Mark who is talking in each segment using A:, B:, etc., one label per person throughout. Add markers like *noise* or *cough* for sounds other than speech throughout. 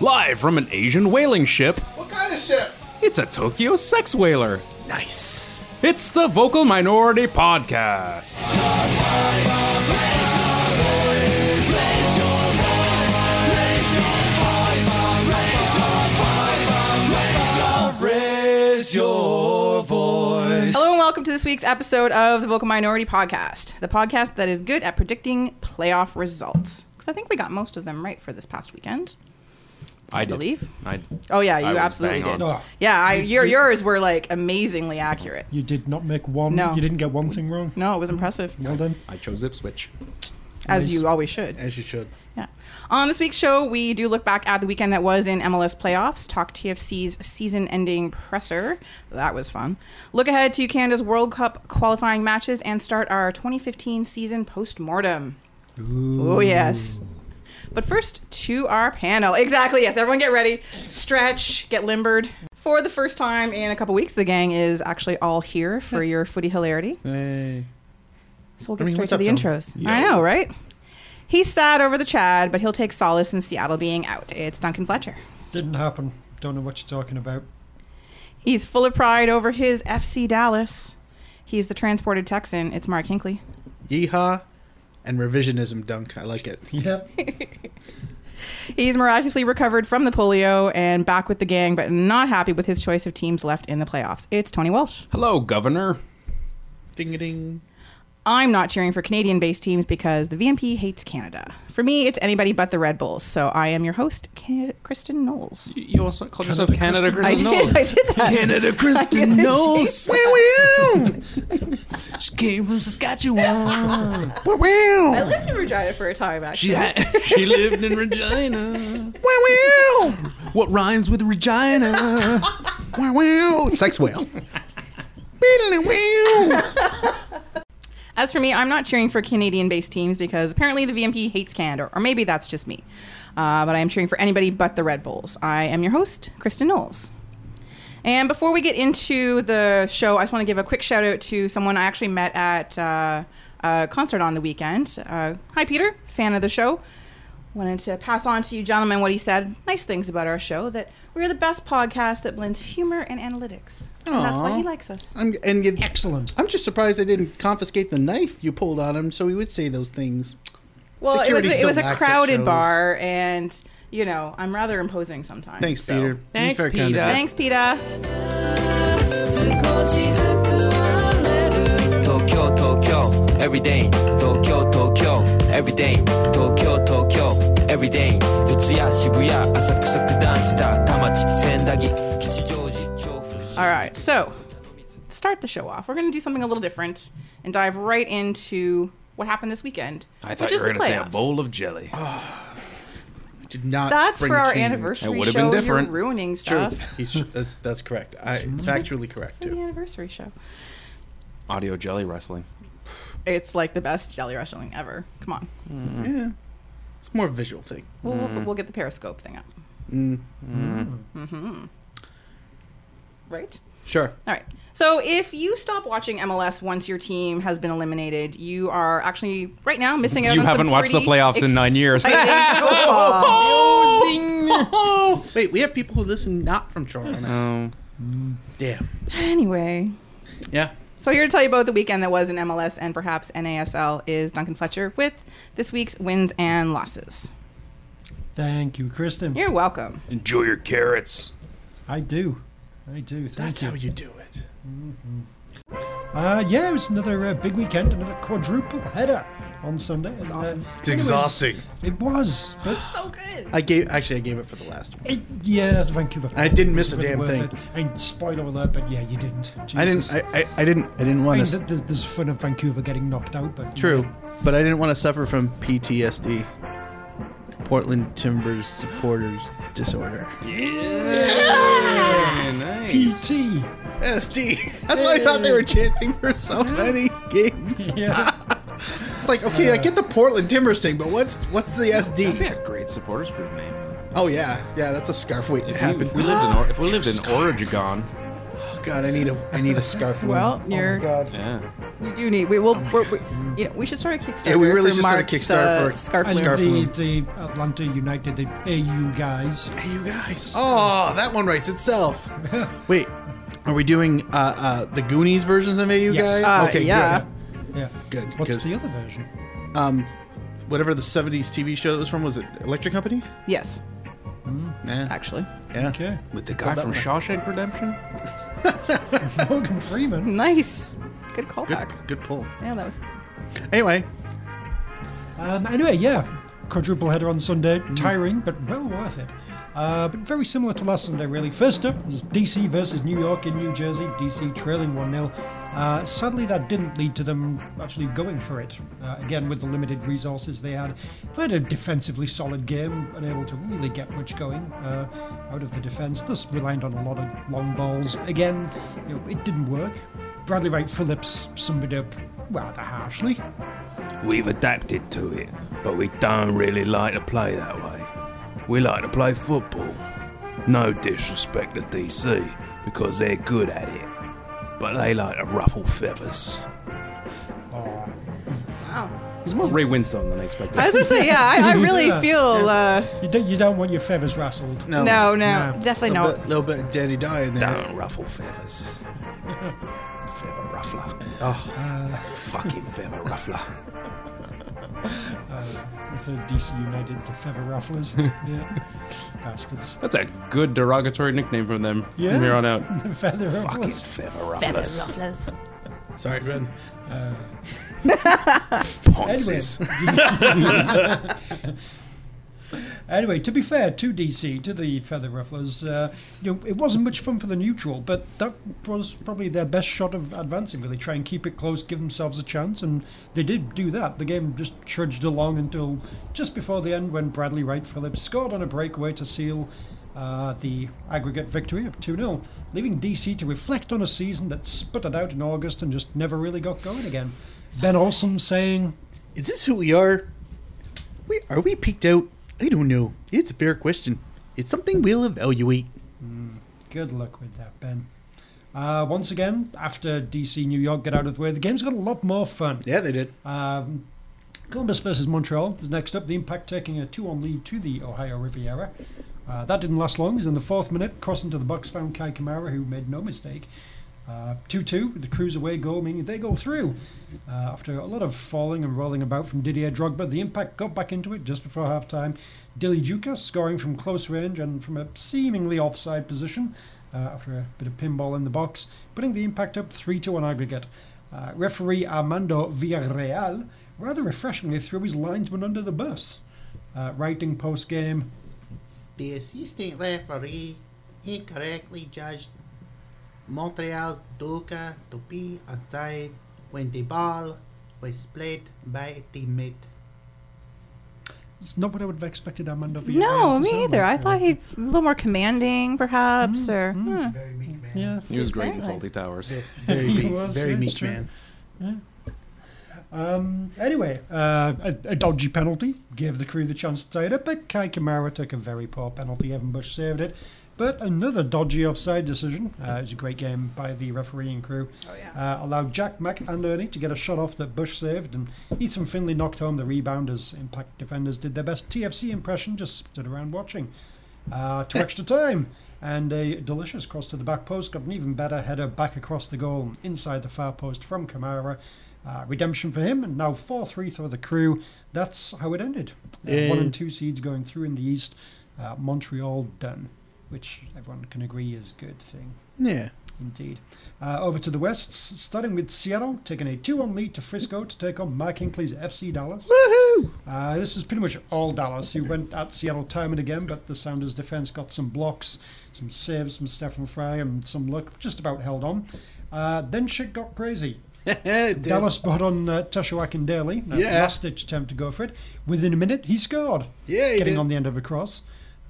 A: live from an Asian whaling ship.
B: What kind of ship?
A: It's a Tokyo sex whaler. Nice. It's the Vocal Minority Podcast.
C: Hello and welcome to this week's episode of the Vocal Minority Podcast, the podcast that is good at predicting playoff results. Because I think we got most of them right for this past weekend.
A: I did.
C: Believe?
A: I,
C: Oh yeah,
A: I
C: you
A: was
C: absolutely
A: bang
C: Oh. did.
A: on.
D: No.
C: Yeah, I, your yours were like amazingly accurate.
D: You did not make one.
C: No.
D: You didn't get one thing wrong.
C: No, it was impressive,
D: Well done.
A: I chose Ipswich.
C: as you always should.
B: As you should.
C: Yeah. On this week's show, we do look back at the weekend that was in MLS playoffs, talk TFC's season ending presser. That was fun. Look ahead to Canada's World Cup qualifying matches and start our 2015 season post mortem. Oh, yes. But first, to our panel. Exactly, yes. Everyone get ready, stretch, get limbered. For the first time in a couple weeks, the gang is actually all here for your footy hilarity. So we'll get
B: I mean,
C: straight
B: what's
C: to
B: up,
C: the
B: Tom?
C: intros. I know, right? He's sad over the Chad, but he'll take solace in Seattle being out. It's Duncan Fletcher.
D: Didn't happen. Don't know what you're talking about. *laughs*
C: He's full of pride over his FC Dallas. He's the transported Texan. It's Mark Hinkley.
B: Yeehaw and revisionism dunk. I like it.
D: Yeah.
C: He's miraculously recovered from the polio and back with the gang, but not happy with his choice of teams left in the playoffs. It's Tony Welsh.
A: Hello, Governor.
B: Ding a ding.
C: I'm not cheering for Canadian based teams because the VMP hates Canada. For me, it's anybody but the Red Bulls. So I am your host, Can- Kristen Knowles.
A: You- You also called yourself Canada
C: I
A: Kristen
C: did,
A: Knowles.
C: I did
A: *laughs*
C: that.
A: Canada Kristen Knowles. *laughs* She came from Saskatchewan. *laughs*
C: I lived in Regina for a time, actually.
A: She, had, *laughs* she lived in *laughs* Regina. What rhymes with Regina?
B: Sex *laughs* whale.
C: As for me, I'm not cheering for Canadian based teams because apparently the VMP hates Canada, or maybe that's just me. Uh, but I am cheering for anybody but the Red Bulls. I am your host, Kristen Knowles. And before we get into the show, I just want to give a quick shout out to someone I actually met at uh, a concert on the weekend. Uh, hi, Peter, fan of the show. Wanted to pass on to you, gentlemen, what he said. Nice things about our show that we're the best podcast that blends humor and analytics. And that's why
B: Aw.
C: he likes us.
B: I'm, and you,
D: Excellent.
B: I'm just surprised they didn't confiscate the knife you pulled on him so he would say those things.
C: Well, it was,
B: Security's
C: it
B: so
C: was a
B: lax at
C: crowded
B: shows.
C: bar, and you know I'm rather imposing sometimes.
B: Thanks,
C: so.
B: Peter.
A: Thanks,
B: He's very kind of
A: Peter.
B: you.
C: Thanks, Peta.
E: 少しずつ離れる
F: 東京東京 everyday 東京東京 everyday 東京東京 everyday 四谷渋谷浅草九段下田町千駄木吉祥寺調布市
C: All right, so start the show off. We're going to do something a little different and dive right into what happened this weekend.
A: I thought
C: which
A: you
C: is
A: were
C: the
A: going to say a
C: playoffs.
A: bowl of jelly.
B: Did not
C: That's
B: bring
C: for
B: a
C: our
B: change.
C: anniversary
A: It
C: show.
A: would've been different.
C: You're ruining
B: True.
C: stuff.
B: He's, that's, that's correct. I, it's factually correct,
C: For the
B: too.
C: anniversary show.
A: Audio jelly wrestling.
C: It's like the best jelly wrestling ever. Come on,
B: Yeah. It's more a visual thing.
C: we'll,
A: Mm.
C: we'll, we'll get the Periscope thing up,
B: Mm.
C: Mm-hmm. right?
B: Sure.
C: All right. So if you stop watching MLS once your team has been eliminated, you are actually right now missing out.
A: You
C: on some
A: haven't watched the
C: pretty
A: playoffs in nine years.
C: exciting
A: *laughs*
C: football.
B: Oh! Wait, we have people who listen not from Toronto now.
A: Um,
B: Damn.
C: anyway,
B: Yeah.
C: so here to tell you about the weekend that was in MLS and perhaps NASL is Duncan Fletcher with this week's wins and losses.
D: Thank you, Kristen.
C: You're welcome.
A: enjoy your carrots.
D: I do. I do. Thank
B: That's
D: you.
B: how you do it.
D: Uh, yeah, it was another uh, big weekend, another quadruple header on Sunday. It was
C: awesome.
B: It's exhausting.
D: It was. But
C: So good.
B: I gave actually I gave it for the last one.
D: it, yeah, that's Vancouver.
B: I didn't miss a
D: It
B: damn
D: was
B: thing.
D: worth it. And spoiler alert, but yeah, you didn't.
B: I didn't
D: Jesus.
B: I, I, I didn't I didn't
D: I
B: want
D: mean,
B: to
D: th- there's, there's fun of Vancouver getting knocked out, but
B: True, but I didn't want to suffer from PTSD. Portland Timbers supporters disorder.
A: nice.
D: PT.
B: SD. That's why I thought they were chanting for so many games.
D: Yeah.
B: It's like, okay, I get the Portland Timbers thing, but what's what's the SD?
A: Yeah, great supporters group name.
B: Oh yeah, yeah, that's a scarf waiting to
A: If we,
B: *gasps* happen. Oh,
A: if we lived in or- if we lived in Oregon,
B: God, I need a I need a scarf.
C: Well, you're-
B: oh my God. Oh
A: Yeah.
C: You do need. We will. we're, we, you know, we should start a Kickstarter.
B: Yeah, we really
C: for
B: should start a
C: Mark's,
B: Kickstarter
C: uh,
B: for
C: scarf.
D: And
B: Scarf
D: the,
B: Loom.
D: the Atlanta United, the AU guys.
B: Hey, you guys. Oh, that one writes itself. Wait, are we doing uh, uh, the Goonies versions of AU
D: Yes.
B: guys?
C: Uh, yeah.
D: Yeah.
B: Good,
D: What's
B: 'cause-
D: the other version?
B: good. Um, whatever the '70s TV show that was from was it Electric Company?
C: Yes,
B: Mm, Yeah.
C: actually.
B: Yeah.
D: Okay.
A: With the guy
B: that
A: from
B: one.
A: Shawshank Redemption?
D: Morgan Freeman.
C: Nice. Good callback.
B: Good, good pull.
C: Yeah, that was.
B: Anyway,
D: Um, anyway, yeah. Quadruple header on Sunday. Tiring, but well worth it. Uh, but very similar to last Sunday, really. First up is DC versus New York in New Jersey. DC trailing 1 0. Uh, sadly, that didn't lead to them actually going for it. Uh, again, with the limited resources they had, played a defensively solid game, unable to really get much going uh, out of the defense. Thus, reliant on a lot of long balls. Again, you know, it didn't work. Bradley Wright Phillips summed it up rather harshly.
G: We've adapted to it, but we don't really like to play that way. We like to play football. No disrespect to DC, because they're good at it, but they like to ruffle feathers.
A: He's more Ray Winstone than I expected.
C: I was gonna say, yeah. I, I really
D: Yeah.
C: feel. Uh,
D: You don't, you don't want your feathers rustled.
B: no,
C: no, no,
D: No.
C: definitely
B: little
C: not.
B: bit, little bit of Daddy Die in there.
G: Don't
B: *laughs*
G: ruffle feathers. Feather ruffler.
B: Oh.
G: *laughs* Fucking feather ruffler.
D: It's a DC United, the feather rufflers. yeah. Bastards. *laughs*
A: That's a good derogatory nickname from them
D: Yeah.
A: from here on out.
D: The feather
G: Fucking
D: rufflers.
G: feather rufflers.
B: Sorry, Ben.
G: Ponces.
D: Anyway, to be fair to DC, to the feather rufflers, uh, you know, it wasn't much fun for the neutral, but that was probably their best shot of advancing, really. Try and keep it close, give themselves a chance, and they did do that. The game just trudged along until just before the end when Bradley Wright Phillips scored on a breakaway to seal uh, the aggregate victory of 2 0, leaving DC to reflect on a season that sputtered out in August and just never really got going again. Ben Olsen saying,
B: Is this who we are? We are we peaked out? I don't know. It's a fair question. It's something we'll evaluate.
D: Good luck with that, Ben. Uh, once again, after DC New York get out of the way, the game's got a lot more fun.
B: Yeah, they did.
D: Um, Columbus versus Montreal is next up. The Impact taking a 2 on lead to the Ohio Riviera. Uh, that didn't last long. He's in the fourth minute, crossing to the box, found Kai Kamara, who made no mistake. 2 2 with the cruiserweight goal, meaning they go through. Uh, after a lot of falling and rolling about from Didier Drogba, the Impact got back into it just before half time. Dilly Duca scoring from close range and from a seemingly offside position uh, after a bit of pinball in the box, putting the Impact up 3 2 on aggregate. Uh, referee Armando Villarreal rather refreshingly threw his linesman under the bus, uh, writing post game.
H: The assistant referee incorrectly judged Montreal Duca to be onside when the ball was played by a teammate.
D: It's not what I would have expected Armando Villarreal
C: No,
D: to
C: me
D: sound
C: either. I
D: like,
C: thought
D: really.
C: he'd a little more commanding, perhaps,
D: Mm-hmm.
C: or hmm.
H: Very big man.
D: Yeah.
A: He was great in
C: Superman.
A: Faulty Towers.
B: *laughs* Very
D: He
B: meek,
D: was,
B: very
D: that's
B: meek
D: true.
B: man.
D: Um, anyway, uh, a, a dodgy penalty gave the crew the chance to tie it up, but Kai Kamara took a very poor penalty. Evan Bush saved it. But another dodgy offside decision. Uh, it was a great game by the refereeing crew. Oh, yeah. uh, allowed Jack McInerney to get a shot off that Bush saved, and Ethan Finley knocked home the rebound as Impact defenders did their best TFC impression, just stood around watching uh, to extra time. And a delicious cross to the back post got an even better header back across the goal and inside the far post from Kamara. Uh, redemption for him, and now 4 3 for the crew. That's how it ended. Uh, One and two seeds going through in the East. Uh, Montreal done, which everyone can agree is a good thing.
B: Yeah.
D: Indeed. Uh, over to the West, s- starting with Seattle, taking a 2 1 lead to Frisco to take on Mike Hinckley's FC Dallas.
B: Woohoo! *laughs*
D: Uh, this was pretty much all Dallas, who went at Seattle time and again, but the Sounders' defense got some blocks, some saves from Stefan Fry, and some luck, just about held on. Uh, then shit got crazy.
B: Dude.
D: Dallas brought on uh, Tashawakin Daly, in a
B: Yeah.
D: last-ditch attempt to go for it. Within a minute, he scored,
B: Yeah, he
D: getting
B: did.
D: on the end of a cross.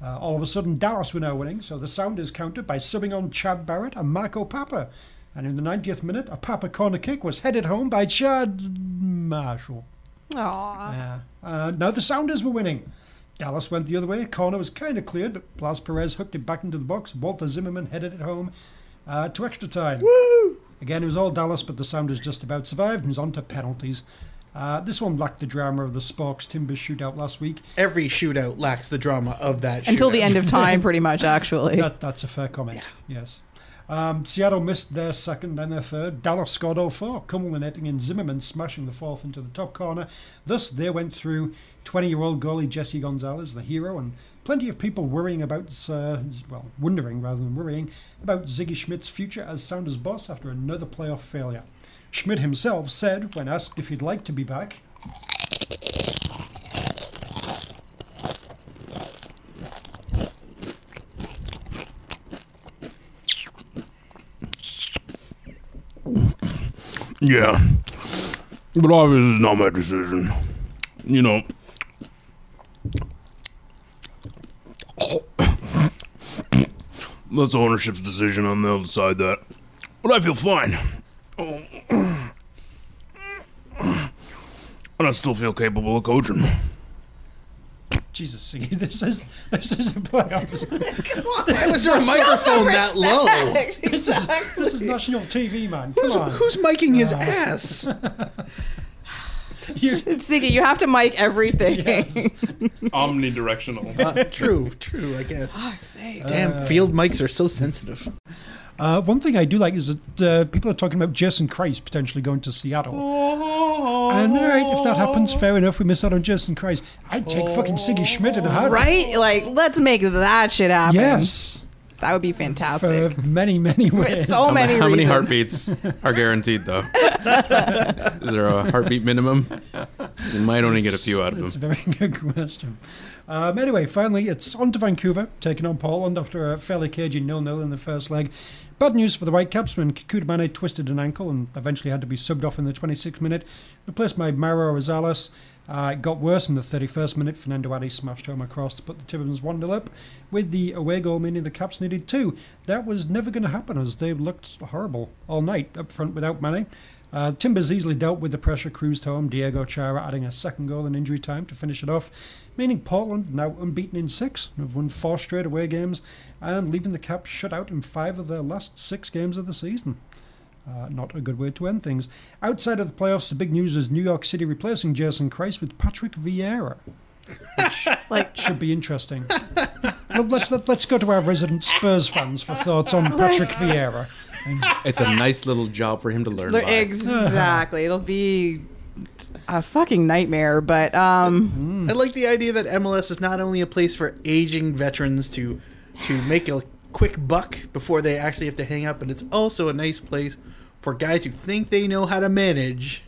D: Uh, all of a sudden, Dallas were now winning, so the Sounders countered by subbing on Chad Barrett and Marco Papa. And in the 90th minute, a Papa corner kick was headed home by Chad Marshall.
C: hmm. Aw.
D: Yeah. Uh, now the Sounders were winning. Dallas went the other way. Corner was kind of cleared, but Blas Perez hooked it back into the box. Walter Zimmerman headed it home. uh, to extra time. Again, it was all Dallas, but the Sounders just about survived and was on to penalties. Uh, this one lacked the drama of the Sparks Timbers shootout last week.
B: Every shootout lacks the drama of that.
C: Until the
B: shootout.
C: end of time,
D: *laughs*
C: pretty much, actually.
D: That, that's a fair comment, yes. Um, Seattle missed their second and their third. Dallas scored all four, culminating in Zimmerman smashing the fourth into the top corner. Thus, they went through 20 year old goalie Jesse Gonzalez, the hero, and plenty of people worrying about, uh, well, wondering rather than worrying, about Ziggy Schmidt's future as Sounders boss after another playoff failure. Schmidt himself said, when asked if he'd like to be back,
G: Yeah. But obviously, it's not my decision. You know. *coughs* That's ownership's decision on the other side that. But I feel fine. Oh. And I still feel capable of coaching.
D: Jesus, Ziggy, *laughs* this is, this is a playoff.
B: Why
C: *laughs*
B: was there a microphone that low?
D: This is, this is national TV,
C: *laughs*
D: man. Come on.
B: Who's miking his *laughs* ass?
C: Ziggy, you have to mic everything. *laughs*
A: Omnidirectional.
B: Uh, true, true, I guess. Uh, Damn, field mics are so sensitive.
D: Uh, one thing I do like is that uh, people are talking about Jason Christ potentially going to Seattle. And all right, if that happens, fair enough. We miss out on Jason Christ. I'd take fucking Siggy Schmidt in a heartbeat.
C: Right? Like, let's make that shit happen.
D: Yes,
C: That would be
D: for
C: *laughs* fantastic.
D: many, many ways.
C: so many
A: How many
C: reasons.
A: heartbeats are guaranteed,
C: *laughs*
A: though? Is there a heartbeat minimum? You might only get a few out of
D: That's a
A: them.
D: very *laughs* good question. Um, anyway, finally, it's on to Vancouver, taking on Poland after a fairly cagey nil-nil in the first leg. Bad news for the Whitecaps when Kikudamane twisted an ankle and eventually had to be subbed off in the 26th minute, replaced by Mauro Rosales. Uh, it got worse in the 31st minute. Fernando Adi smashed home across to put the Tibbins 1 0 up, with the away goal meaning the Caps needed two. That was never going to happen as they looked horrible all night up front without Mane. Uh, Timbers easily dealt with the pressure, cruised home, Diego Chara adding a second goal in injury time to finish it off, meaning Portland now unbeaten in six, have won four straight away games, and leaving the Caps shut out in five of their last six games of the season. Uh, not a good way to end things. Outside of the playoffs, the big news is New York City replacing Jason Christ with Patrick Vieira. Which should be interesting. Well, let's, let, let's go to our resident Spurs fans for thoughts on Patrick Vieira.
A: It's a nice little job for him to learn.
C: They're-
A: by.
C: Exactly. It'll be a fucking nightmare, but um,
B: I like the idea that MLS is not only a place for aging veterans to to make a quick buck before they actually have to hang up, but it's also a nice place for guys who think they know how to manage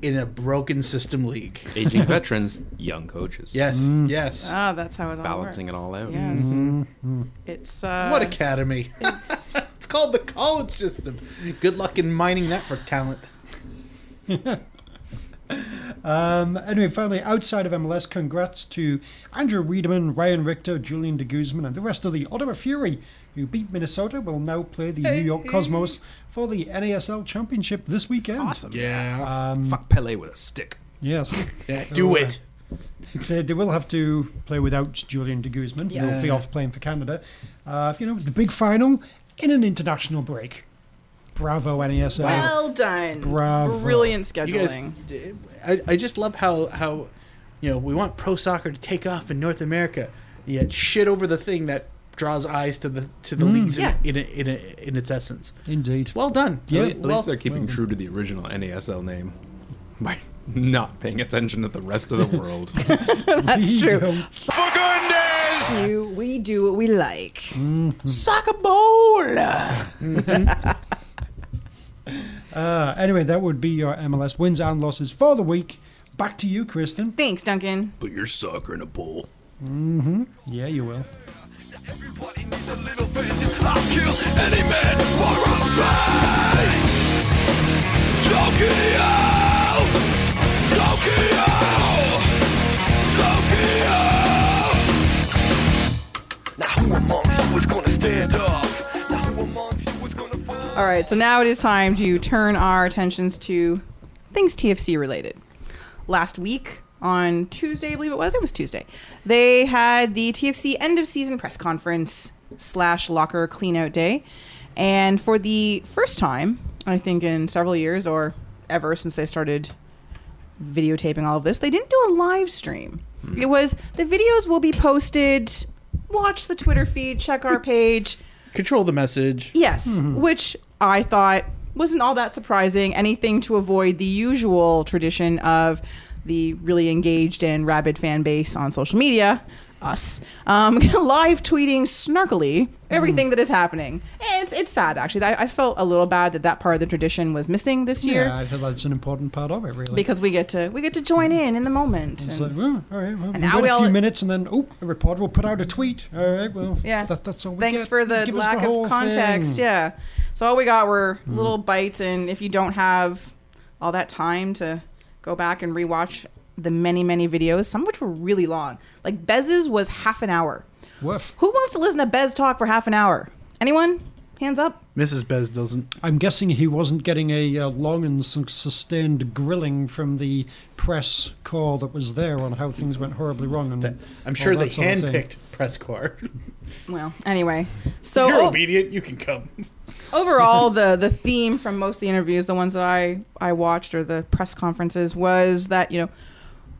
B: in a broken system league.
A: Aging veterans, young coaches.
B: Yes, yes.
C: ah, that's how it all
A: Balancing
C: works.
A: it all out.
C: Yes. It's uh,
B: what academy?
A: *laughs*
C: it's,
B: It's called the college system. Good luck in mining that for talent.
D: Um, anyway, finally, outside of MLS, congrats to Andrew Wiedemann, Ryan Richter, Julian de Guzman, and the rest of the Ottawa Fury, who beat Minnesota, will now play the New York Cosmos for the NASL Championship this weekend.
C: awesome.
B: Yeah.
A: Fuck Pele with a stick.
D: Yes.
C: *laughs*
B: yeah do it.
D: they, they will have to play without Julian de Guzman. They'll be off playing for Canada. Uh, you know, the big final in an international break. Bravo, NASL.
C: Well done.
D: Bravo.
C: Brilliant scheduling.
B: You guys, I, I just love how how you know we want pro soccer to take off in North America, yet shit over the thing that draws eyes to the to the leagues
C: Yeah.
B: in, in, in, in, in its essence.
D: Indeed.
B: Well done.
D: Yeah.
A: At
B: well,
A: least they're keeping true to the original NASL name by not paying attention to the rest of the
C: *laughs*
A: world.
D: *laughs*
C: That's
D: We
C: true.
D: don't-
C: You, we do what we like.
A: Soccer ball!
D: Uh, anyway, that would be your MLS wins and losses for the week. Back to you, Kristen.
C: Thanks, Duncan.
G: Put your soccer in a bowl.
D: Yeah, you will.
F: Everybody needs a little vengeance. I'll kill any man for a fight. Tokyo, Tokyo, Tokyo. Now who amongst you is gonna stand up? Now who amongst you is gonna fall?
C: All right, so now it is time to turn our attentions to things TFC related. Last week on Tuesday, I believe it was, it was Tuesday, they had the TFC end of season press conference slash locker cleanout day. And for the first time, I think in several years or ever since they started videotaping all of this, they didn't do a live stream. It was the videos will be posted. Watch the Twitter feed, check our page.
B: Control the message.
C: Yes,
D: Mm-hmm.
C: which I thought wasn't all that surprising. Anything to avoid the usual tradition of the really engaged and rabid fan base on social media, us, um, *laughs* live tweeting snarkily
D: Mm-hmm.
C: everything that is happening. And It's, it's sad, actually. I, I felt a little bad that that part of the tradition was missing this year.
D: Yeah, I think that's an important part of it, really.
C: Because we get to we get to join in in the moment.
D: Mm-hmm. it's
C: and-
D: like, oh, all right, well, we
C: now
D: wait a
C: we'll-
D: few minutes and then, oh, a reporter will put out a tweet. All right, well,
C: Yeah.
D: that, that's all we
C: Thanks
D: get.
C: for the
D: Give us
C: lack
D: whole
C: of context.
D: thing. Hmm.
C: Yeah. So all we got were little bites, and if you don't have all that time to go back and rewatch the many, many videos, some of which were really long. Like Bez's was half an hour.
D: Woof.
C: Who wants to listen to Bez talk for half an hour? Anyone? Hands up.
B: Mrs. Bez doesn't.
D: I'm guessing he wasn't getting a uh, long and su- sustained grilling from the press call that was there on how things went horribly wrong. And
B: I'm
D: all
B: sure they
D: that sort of thing.
B: handpicked press corps.
C: Well, anyway. So
B: You're
C: oh,
B: obedient. You can come.
C: overall the the theme from most of the interviews the ones that i i watched or the press conferences was that you know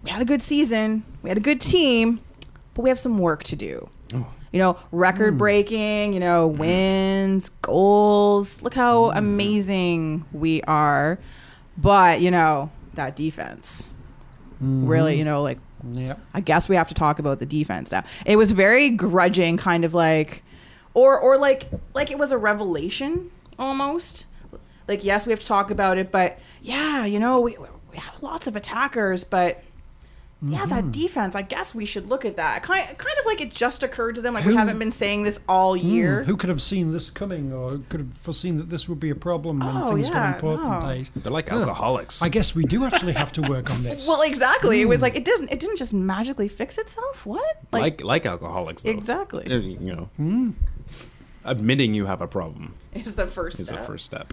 C: we had a good season we had a good team but we have some work to do you know record breaking you know wins goals look how amazing we are but you know that defense really you know like
D: Yeah.
C: I guess we have to talk about the defense now. It was very grudging, kind of like, or or like like it was a revelation almost. Like yes, we have to talk about it, but yeah, you know, we we have lots of attackers, but. Yeah,
A: Mm-hmm.
C: that defense. I guess we should look at that. Kind, kind of like it just occurred to them. Like we
D: Who-
C: haven't been saying this all
A: Mm,
C: year.
D: Hmm. Who could have seen this coming or could have foreseen that this would be a problem when
C: Oh,
D: things
C: yeah,
D: got important?
C: no.
D: I,
G: They're like alcoholics.
D: I guess we do actually have to work on this.
C: *laughs* Well, exactly. It was like it doesn't. It didn't just magically fix itself. What?
A: Mm. like like alcoholics though.
C: Exactly. Hmm.
A: Uh, you know admitting you have a problem
C: is the first.
A: is the
C: step.
A: first step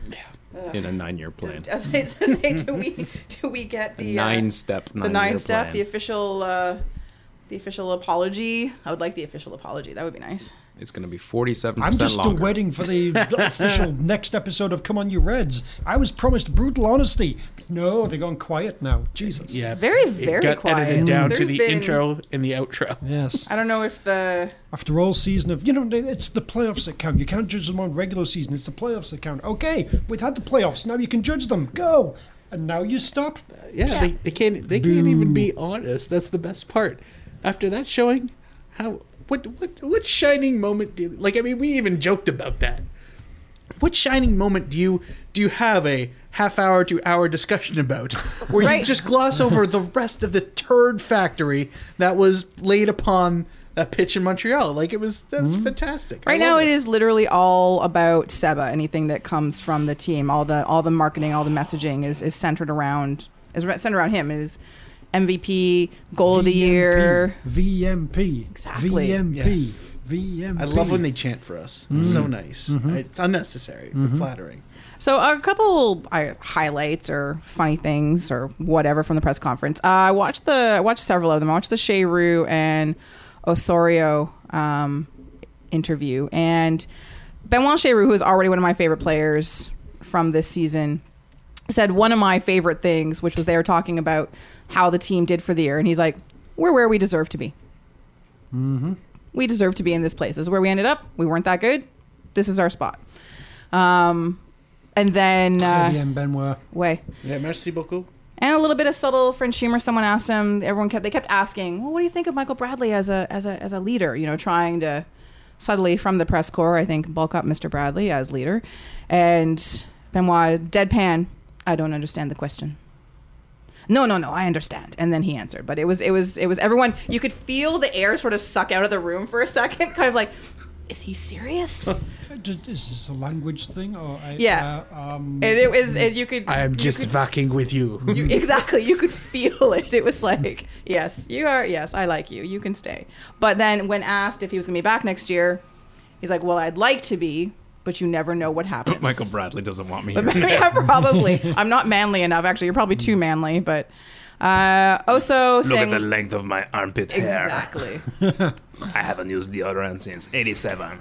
A: in a nine-year plan
C: *laughs* As I say, do we do we get the uh,
A: nine step nine
C: the nine step, the official, uh, the official apology. I would like the official apology. That would be nice.
A: it's going to be 47
D: I'm
A: percent
D: just still
A: longer
D: waiting for
B: *laughs*
D: the official next episode of Come On You Reds. I was promised brutal honesty. But no, they're going quiet now. Jesus.
B: Yeah.
C: Very,
B: it
C: very
B: got
C: quiet.
B: edited down to
C: There's
B: the
C: been-
B: intro and the outro.
D: Yes.
C: I don't know if the
D: After all season of, you know, it's the playoffs that count. You can't judge them on regular season. It's the playoffs that count. Okay, we've had the playoffs. Now you can judge them. Go. And now you stop.
B: Yeah, They, they can't. They can't even be honest. That's the best part. After that showing, how what what what shining moment? Do, like I mean, we even joked about that. What shining moment do you do you have a half hour to hour discussion
C: *laughs*
B: about, where
C: Right.
B: you just gloss over the rest of the turd factory that was laid upon that pitch in Montreal? Like it was that was fantastic. I
C: right
B: love
C: now it is literally all about Seba. Anything that comes from the team, all the all the marketing, all the messaging is is centered around is re- centered around him. Is MVP, goal of the year.
D: VMP.
C: Exactly.
D: VMP.
B: Yes.
D: VMP.
B: I love when they chant for us. It's so nice. It's unnecessary, but flattering.
C: So a couple uh, highlights or funny things or whatever from the press conference. Uh, I watched the I watched several of them. I watched the Sheru and Osorio um, interview and Benoit Sheru, who is already one of my favorite players from this season, said one of my favorite things, which was they were talking about how the team did for the year, and he's like, "We're where we deserve to be." we deserve to be in this place. This is where we ended up. We weren't that good. This is our spot. Um, and then uh,
D: IBM Benoit.
C: way
B: Yeah, merci beaucoup.
C: and a little bit of subtle French humor. Someone asked him. Everyone kept they kept asking, "Well, what do you think of Michael Bradley as a as a as a leader?" You know, trying to subtly from the press corps, I think, bulk up Mr. Bradley as leader. And Benoit deadpan, I don't understand the question. No, no, no, I understand. And then he answered, but it was it was it was everyone. You could feel the air sort of suck out of the room for a second, kind of like, is he serious? and
D: Uh, d- Is this a language thing? Or I,
C: Yeah.
D: Uh, um,
C: it was and you could.
B: I am
C: you
B: just
C: could
B: fucking with you.
A: *laughs*
C: You, exactly. You could feel it. It was like, yes, you are. Yes, I like you. You can stay. But then when asked if he was going to be back next year, he's like, well, I'd like to be, but you never know what happens.
A: but michael bradley doesn't want me
C: *laughs* But
A: here. Mm.
C: yeah,
A: *laughs*
C: probably. I'm not manly enough. Actually, you're probably too manly. But uh, also
G: Look
C: saying
G: at the length of my armpit hair.
C: exactly.
G: I haven't used deodorant since 87.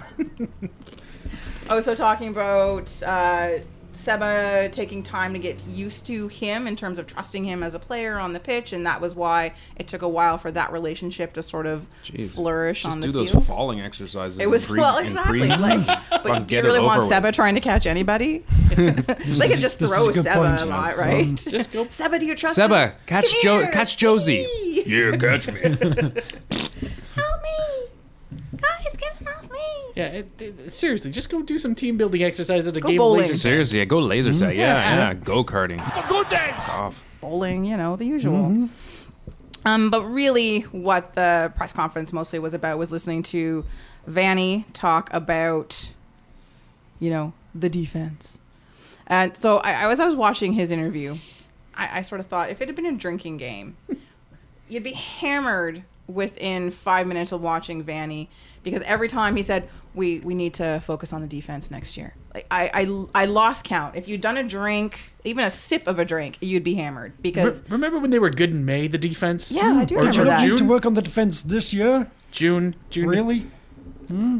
C: I was Oh, so talking about uh, Seba taking time to get used to him in terms of trusting him as a player on the pitch, and that was why it took a while for that relationship to sort of
A: Jeez.
C: flourish
A: Just
C: on
A: do
C: the
A: those
C: field.
A: falling exercises.
C: It was
A: and breathe,
C: well,
A: and
C: exactly.
A: breathe.
C: Like,
A: Fucking
C: but do you
A: get it
C: really want
A: over with.
C: Seba trying to catch anybody?
D: *laughs*
C: *laughs* they could just
D: this is
C: throw
D: a good
C: Seba
D: point,
C: a
D: you know,
C: lot,
D: so-
C: right? Just go. *laughs* Seba, do you trust
A: Seba,
C: us?
A: catch
C: Come
A: Jo-
C: here.
A: catch Josie.
C: Wee.
G: Yeah, catch me.
C: Help me, guys, get him off me.
I: Yeah, it, it- seriously, just go do some team building exercise at a
C: Go
I: game
C: bowling.
I: of laser tag.
A: Seriously, I go laser tag. Yeah, yeah, go karting.
C: bowling, you know, the usual.
D: Mm-hmm.
C: Um, but really, what the press conference mostly was about was listening to Vanny talk about, you know, the defense. And so, I, I, as I was watching his interview, I, I sort of thought if it had been a drinking game, you'd be hammered within five minutes of watching Vanny because every time he said, "We we need to focus on the defense next year," like I I, I lost count. If you'd done a drink, even a sip of a drink, you'd be hammered because
I: Re- remember when they were good in May, the defense?
C: yeah, I do
I: Or
D: But you
C: remember
D: don't
I: June-
C: that.
D: need to work on the defense this year,
I: June, June.
D: really.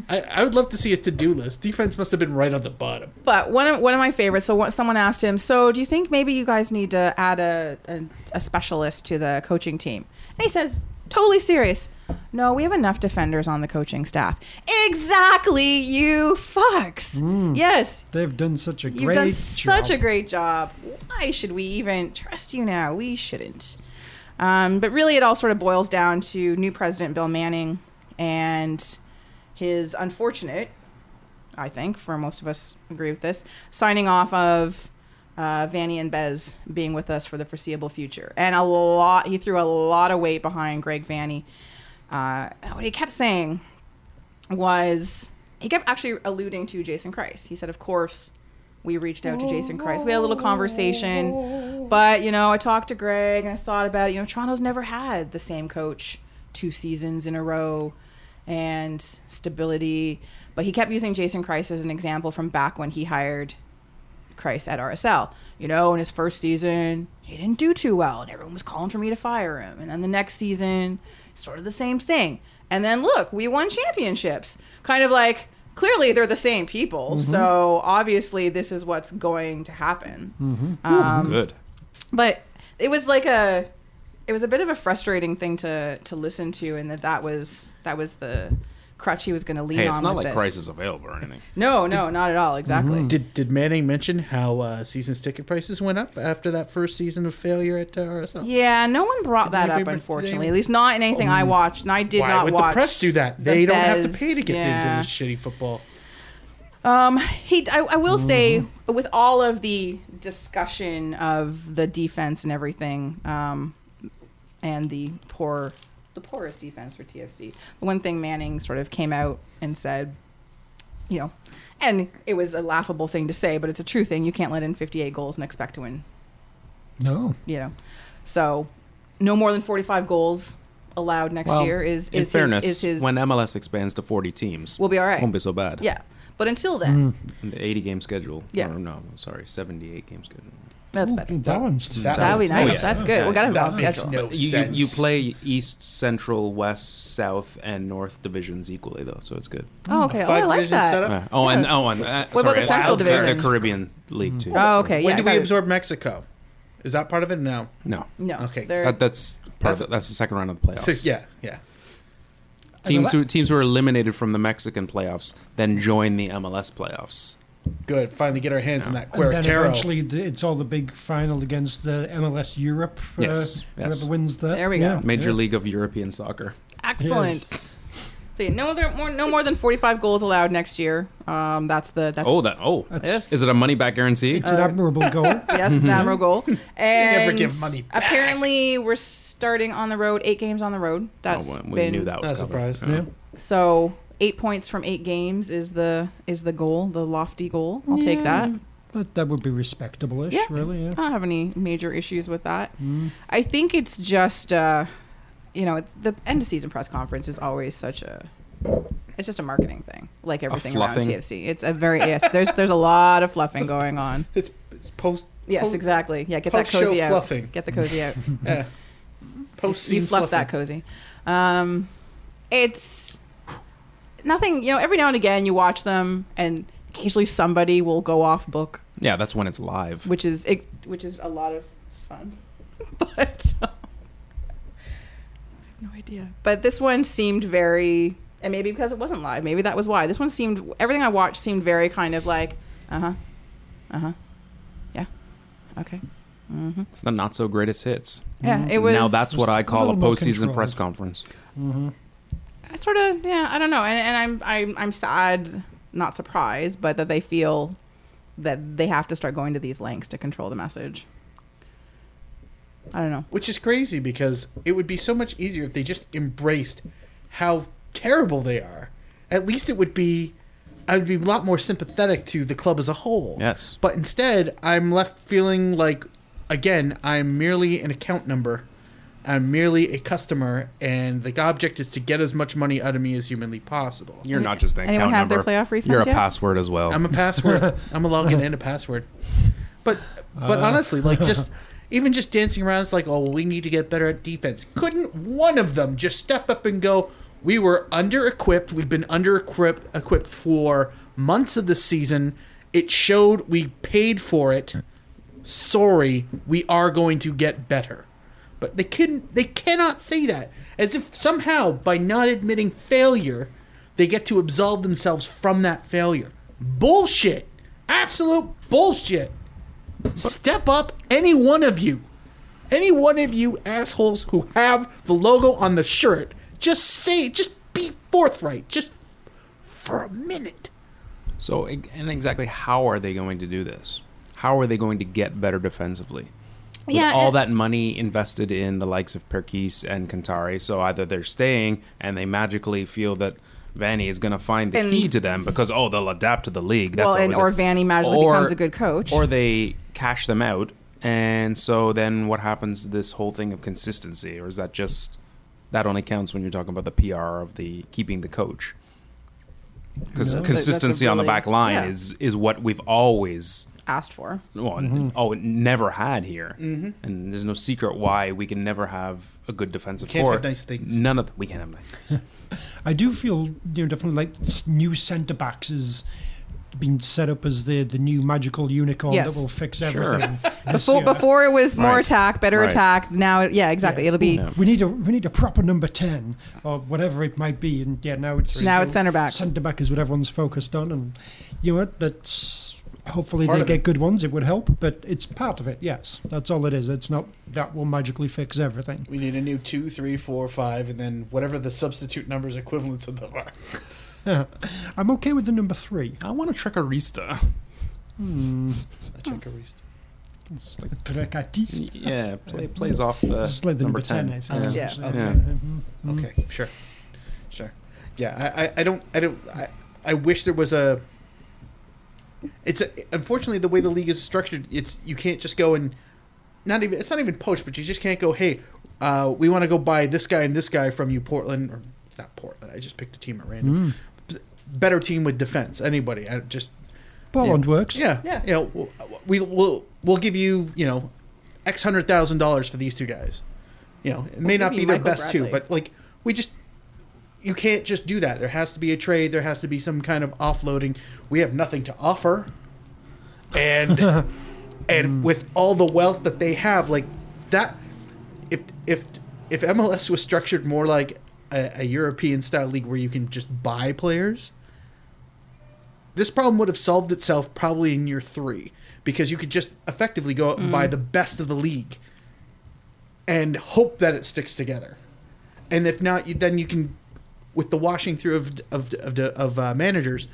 I: I, I would love to see his to-do list. Defense must have been right on the bottom.
C: But one of one of my favorites. So what, someone asked him, "So do you think maybe you guys need to add a, a a specialist to the coaching team?" And he says, "Totally serious. No, we have enough defenders on the coaching staff." Exactly, you fucks. Yes,
D: They've done such a great
C: You've done
D: job.
C: such a great job. Why should we even trust you now? We shouldn't. Um, but really, it all sort of boils down to new president Bill Manning and his unfortunate, I think, for most of us agree with this, signing off of uh, Vanny and Bez being with us for the foreseeable future. And a lot, he threw a lot of weight behind Greg Vanny. Uh, what he kept saying was, he kept actually alluding to Jason Christ. He said, of course, we reached out to Jason Christ. We had a little conversation, but you know, I talked to Greg and I thought about it. You know, Toronto's never had the same coach two seasons in a row and stability. But he kept using Jason Christ as an example from back when he hired Christ at RSL. You know, in his first season, he didn't do too well, and everyone was calling for me to fire him. And then the next season, sort of the same thing. And then look, we won championships. Kind of like clearly they're the same people,
A: Mm-hmm.
C: so obviously this is what's going to happen.
A: Hmm.
C: Um,
A: Good.
C: But it was like a, it was a bit of a frustrating thing to to listen to, and that that was that was the crutch he was going to lean
A: Hey,
C: on.
A: it's not
C: with
A: like
C: this.
A: Christ is Mm-hmm. available or anything.
C: No, no, not at all. Exactly.
B: Did did Manning mention how uh, season's ticket prices went up after that first season of failure at uh, RSL?
C: Yeah, no one brought
B: Did
C: that
B: anybody
C: up,
B: bring-
C: unfortunately. At least not in anything
A: Mm.
C: I watched, and I did
B: Why
C: not
B: would
C: watch.
B: the press do that? They don't have
C: Bez,
B: to pay to get
C: yeah.
B: into this shitty football.
C: Um, he, I, I
A: Mm-hmm.
C: will say, with all of the discussion of the defense and everything, um, and the poor, the poorest defense for TFC, the one thing Manning sort of came out and said, you know, and it was a laughable thing to say, but it's a true thing. You can't let in 58 goals and expect to win
D: No.
C: you know. So no more than 45 goals allowed next
A: Well,
C: year is is
A: in
C: his,
A: fairness,
C: is his
A: when MLS expands to 40 teams,
C: We'll be all right.
A: Won't be so bad.
C: yeah. But until
B: Mm.
C: then,
A: And the 80 game schedule.
C: Yeah.
A: Or no, sorry, 78 game schedule.
C: that's
D: Ooh,
C: better.
D: That one's
B: That
C: That would be
B: one's
C: nice.
A: yeah.
C: That's good.
A: Yeah,
C: we got to have a
B: Oh, that
C: balanced
B: makes
C: schedule.
B: no-
A: You, you,
B: sense.
A: you play East, Central, West, South, and North divisions equally, though, so it's good.
C: Oh, okay. Oh, I
B: Five
C: like
B: division
C: that.
B: setup?
A: Yeah. Oh, and oh, and uh,
C: What about
A: sorry,
C: the Central
A: uh,
C: Division?
A: The Caribbean League too.
C: Oh, okay. Yeah.
B: when
C: I
B: do
C: got
B: we
C: it.
B: absorb Mexico? Is that part of it? No.
A: No,
C: No.
B: Okay.
C: they're-
A: that, that's part of the, that's the second round of the playoffs.
B: So,
C: *laughs*
B: yeah, yeah.
A: teams who teams who are eliminated from the Mexican playoffs then join the MLS playoffs.
B: Good. Finally get our hands on that
D: And then
B: Querétaro.
D: eventually, the, it's all the big final against uh, MLS Europe. Uh,
A: Yes, yes.
D: Whoever wins that.
C: There we go.
A: Major League of European Soccer.
C: Excellent. So yeah, no other more no more than 45 goals allowed next year. Um that's the that's
A: Oh, that oh,
C: Yes.
A: is it a money back guarantee?
C: Uh,
D: It's an admirable
C: *laughs*
D: goal.
C: Yes, it's
A: *laughs*
C: an admiral goal. And
B: give money back.
C: Apparently, we're starting on the road, eight games on the road. That's
A: Oh, we
C: been
A: knew that was
B: Not
A: coming.
B: surprised.
D: Yeah.
C: So eight points from eight games is the is the goal, the lofty goal. I'll take that.
D: But that would be respectable-ish,
C: Yeah.
D: really.
C: I
D: Yeah.
C: don't have any major issues with that. I think it's just uh, you know the end of season press conference is always such a it's just a marketing thing, like everything around
A: fluffing?
C: TFC. It's a very yes. There's there's a lot of fluffing going on.
B: It's, it's post.
C: Yes,
B: post,
C: exactly. Yeah, get that
B: post-show
C: cozy out.
B: fluffing.
C: Get the cozy out.
B: Yeah. Post.
C: you fluff that cozy. Um, it's nothing. You know, every now and again you watch them, and occasionally somebody will go off book,
A: Yeah, that's when it's live.
C: which is it, which is a lot of fun. *laughs* but um, I have no idea. But this one seemed very, and maybe because it wasn't live, maybe that was why. This one seemed everything I watched seemed very kind of like, uh huh, uh huh, yeah, okay, mm-hmm.
A: It's the not so greatest hits.
C: yeah. It
A: Mm, So
C: was
A: now that's what I call a
D: little more
A: postseason
D: controlled.
A: press conference.
C: I sort of yeah i don't know and, and I'm, I'm i'm sad not surprised but that they feel that they have to start going to these lengths to control the message i don't know
B: Which is crazy because it would be so much easier if they just embraced how terrible they are. At least it would be I would be a lot more sympathetic to the club as a whole.
A: Yes.
B: But instead, I'm left feeling like again, I'm merely an account number. I'm merely a customer and the object is to get as much money out of me as humanly possible.
A: You're not just an
C: Anyone
A: account
C: have their
A: number.
C: playoff refunds
A: You're a
C: yet?
A: password as well.
B: I'm a password. I'm a login and a password. But but honestly, like just even just dancing around, it's like, oh, well, we need to get better at defense. Couldn't one of them just step up and go? We were under equipped. We've been under equipped equipped for months of the season. It showed we paid for it. Sorry, we are going to get better. But they can they cannot say that as if somehow by not admitting failure, they get to absolve themselves from that failure. Bullshit. Absolute bullshit. Step up any one of you. Any one of you assholes who have the logo on the shirt, just say it. Just be forthright. Just for a minute.
A: So, e- and exactly how are they going to do this? How are they going to get better defensively? With
C: Yeah,
A: all
C: it-
A: that money invested in the likes of Perkis and Kantari, so either they're staying and they magically feel that Vanny is going to find the
C: And-
A: key to them because oh they'll adapt to the league. That's
C: Well, and-
A: always
C: or
A: a-
C: Vanny magically becomes a good coach.
A: or they cash them out, and so then what happens? to This whole thing of consistency, or is that just that only counts when you're talking about the PR of the keeping the coach? because
C: No.
A: consistency
C: That's a
A: on the
C: really-
A: back line
C: yeah.
A: is is what we've always
C: asked for
A: well, oh never had here, and there's no secret why we can never have a good defensive
B: Can't
A: core.
B: have nice things.
A: None of we can't have nice things.
D: I do feel you know definitely like s- new centre backs is being set up as the the new magical unicorn
C: Yes.
D: that will fix
A: Sure. *laughs*
D: everything. this
C: before,
D: year.
C: before it was more
A: Right.
C: attack better
A: Right.
C: attack now yeah exactly it'll be
D: We need a we need a proper number ten or whatever it might be, and yeah, now it's
C: Now it's centre-backs.
D: Centre back is what everyone's focused on, and you know what? That's hopefully
B: Part
D: they
B: of
D: get
B: it.
D: good ones. It would help, but it's part of it. Yes, that's all it is. It's not that will magically fix everything.
B: We need a new two, three, four, five, and then whatever the substitute numbers equivalents of them are.
D: I'm okay with the number three.
A: *laughs* I want a trickerista. It's like,
D: Trecatiste.
A: yeah, *laughs* play, plays off the
D: It's like the
A: number ten.
D: I think. Uh,
C: Yeah.
D: actually.
A: Yeah.
B: Okay, sure, sure. Yeah, I, I, I don't, I don't, I, I wish there was a. It's a, unfortunately the way the league is structured. It's you can't just go and, not even it's not even poach, but you just can't go. Hey, uh, we want to go buy this guy and this guy from you, Portland or not Portland. I just picked a team at random. B- Better team with defense. Anybody? I just
D: Bolland
B: Yeah.
D: works.
B: yeah,
C: Yeah.
B: yeah. You know, we'll- we will we'll give you you know x hundred thousand dollars for these two guys. You know, it may
C: We'll
B: not
C: give
B: be
C: you
B: their
C: Michael
B: best two,
C: Bradley.
B: but like we just you can't just do that. There has to be a trade. There has to be some kind of offloading. We have nothing to offer, and and with all the wealth that they have, like that, if if if MLS was structured more like a, a European style league where you can just buy players, this problem would have solved itself probably in year three because you could just effectively go out and buy the best of the league and hope that it sticks together. And if not, you, then you can, with the washing through of of of, of uh, managers,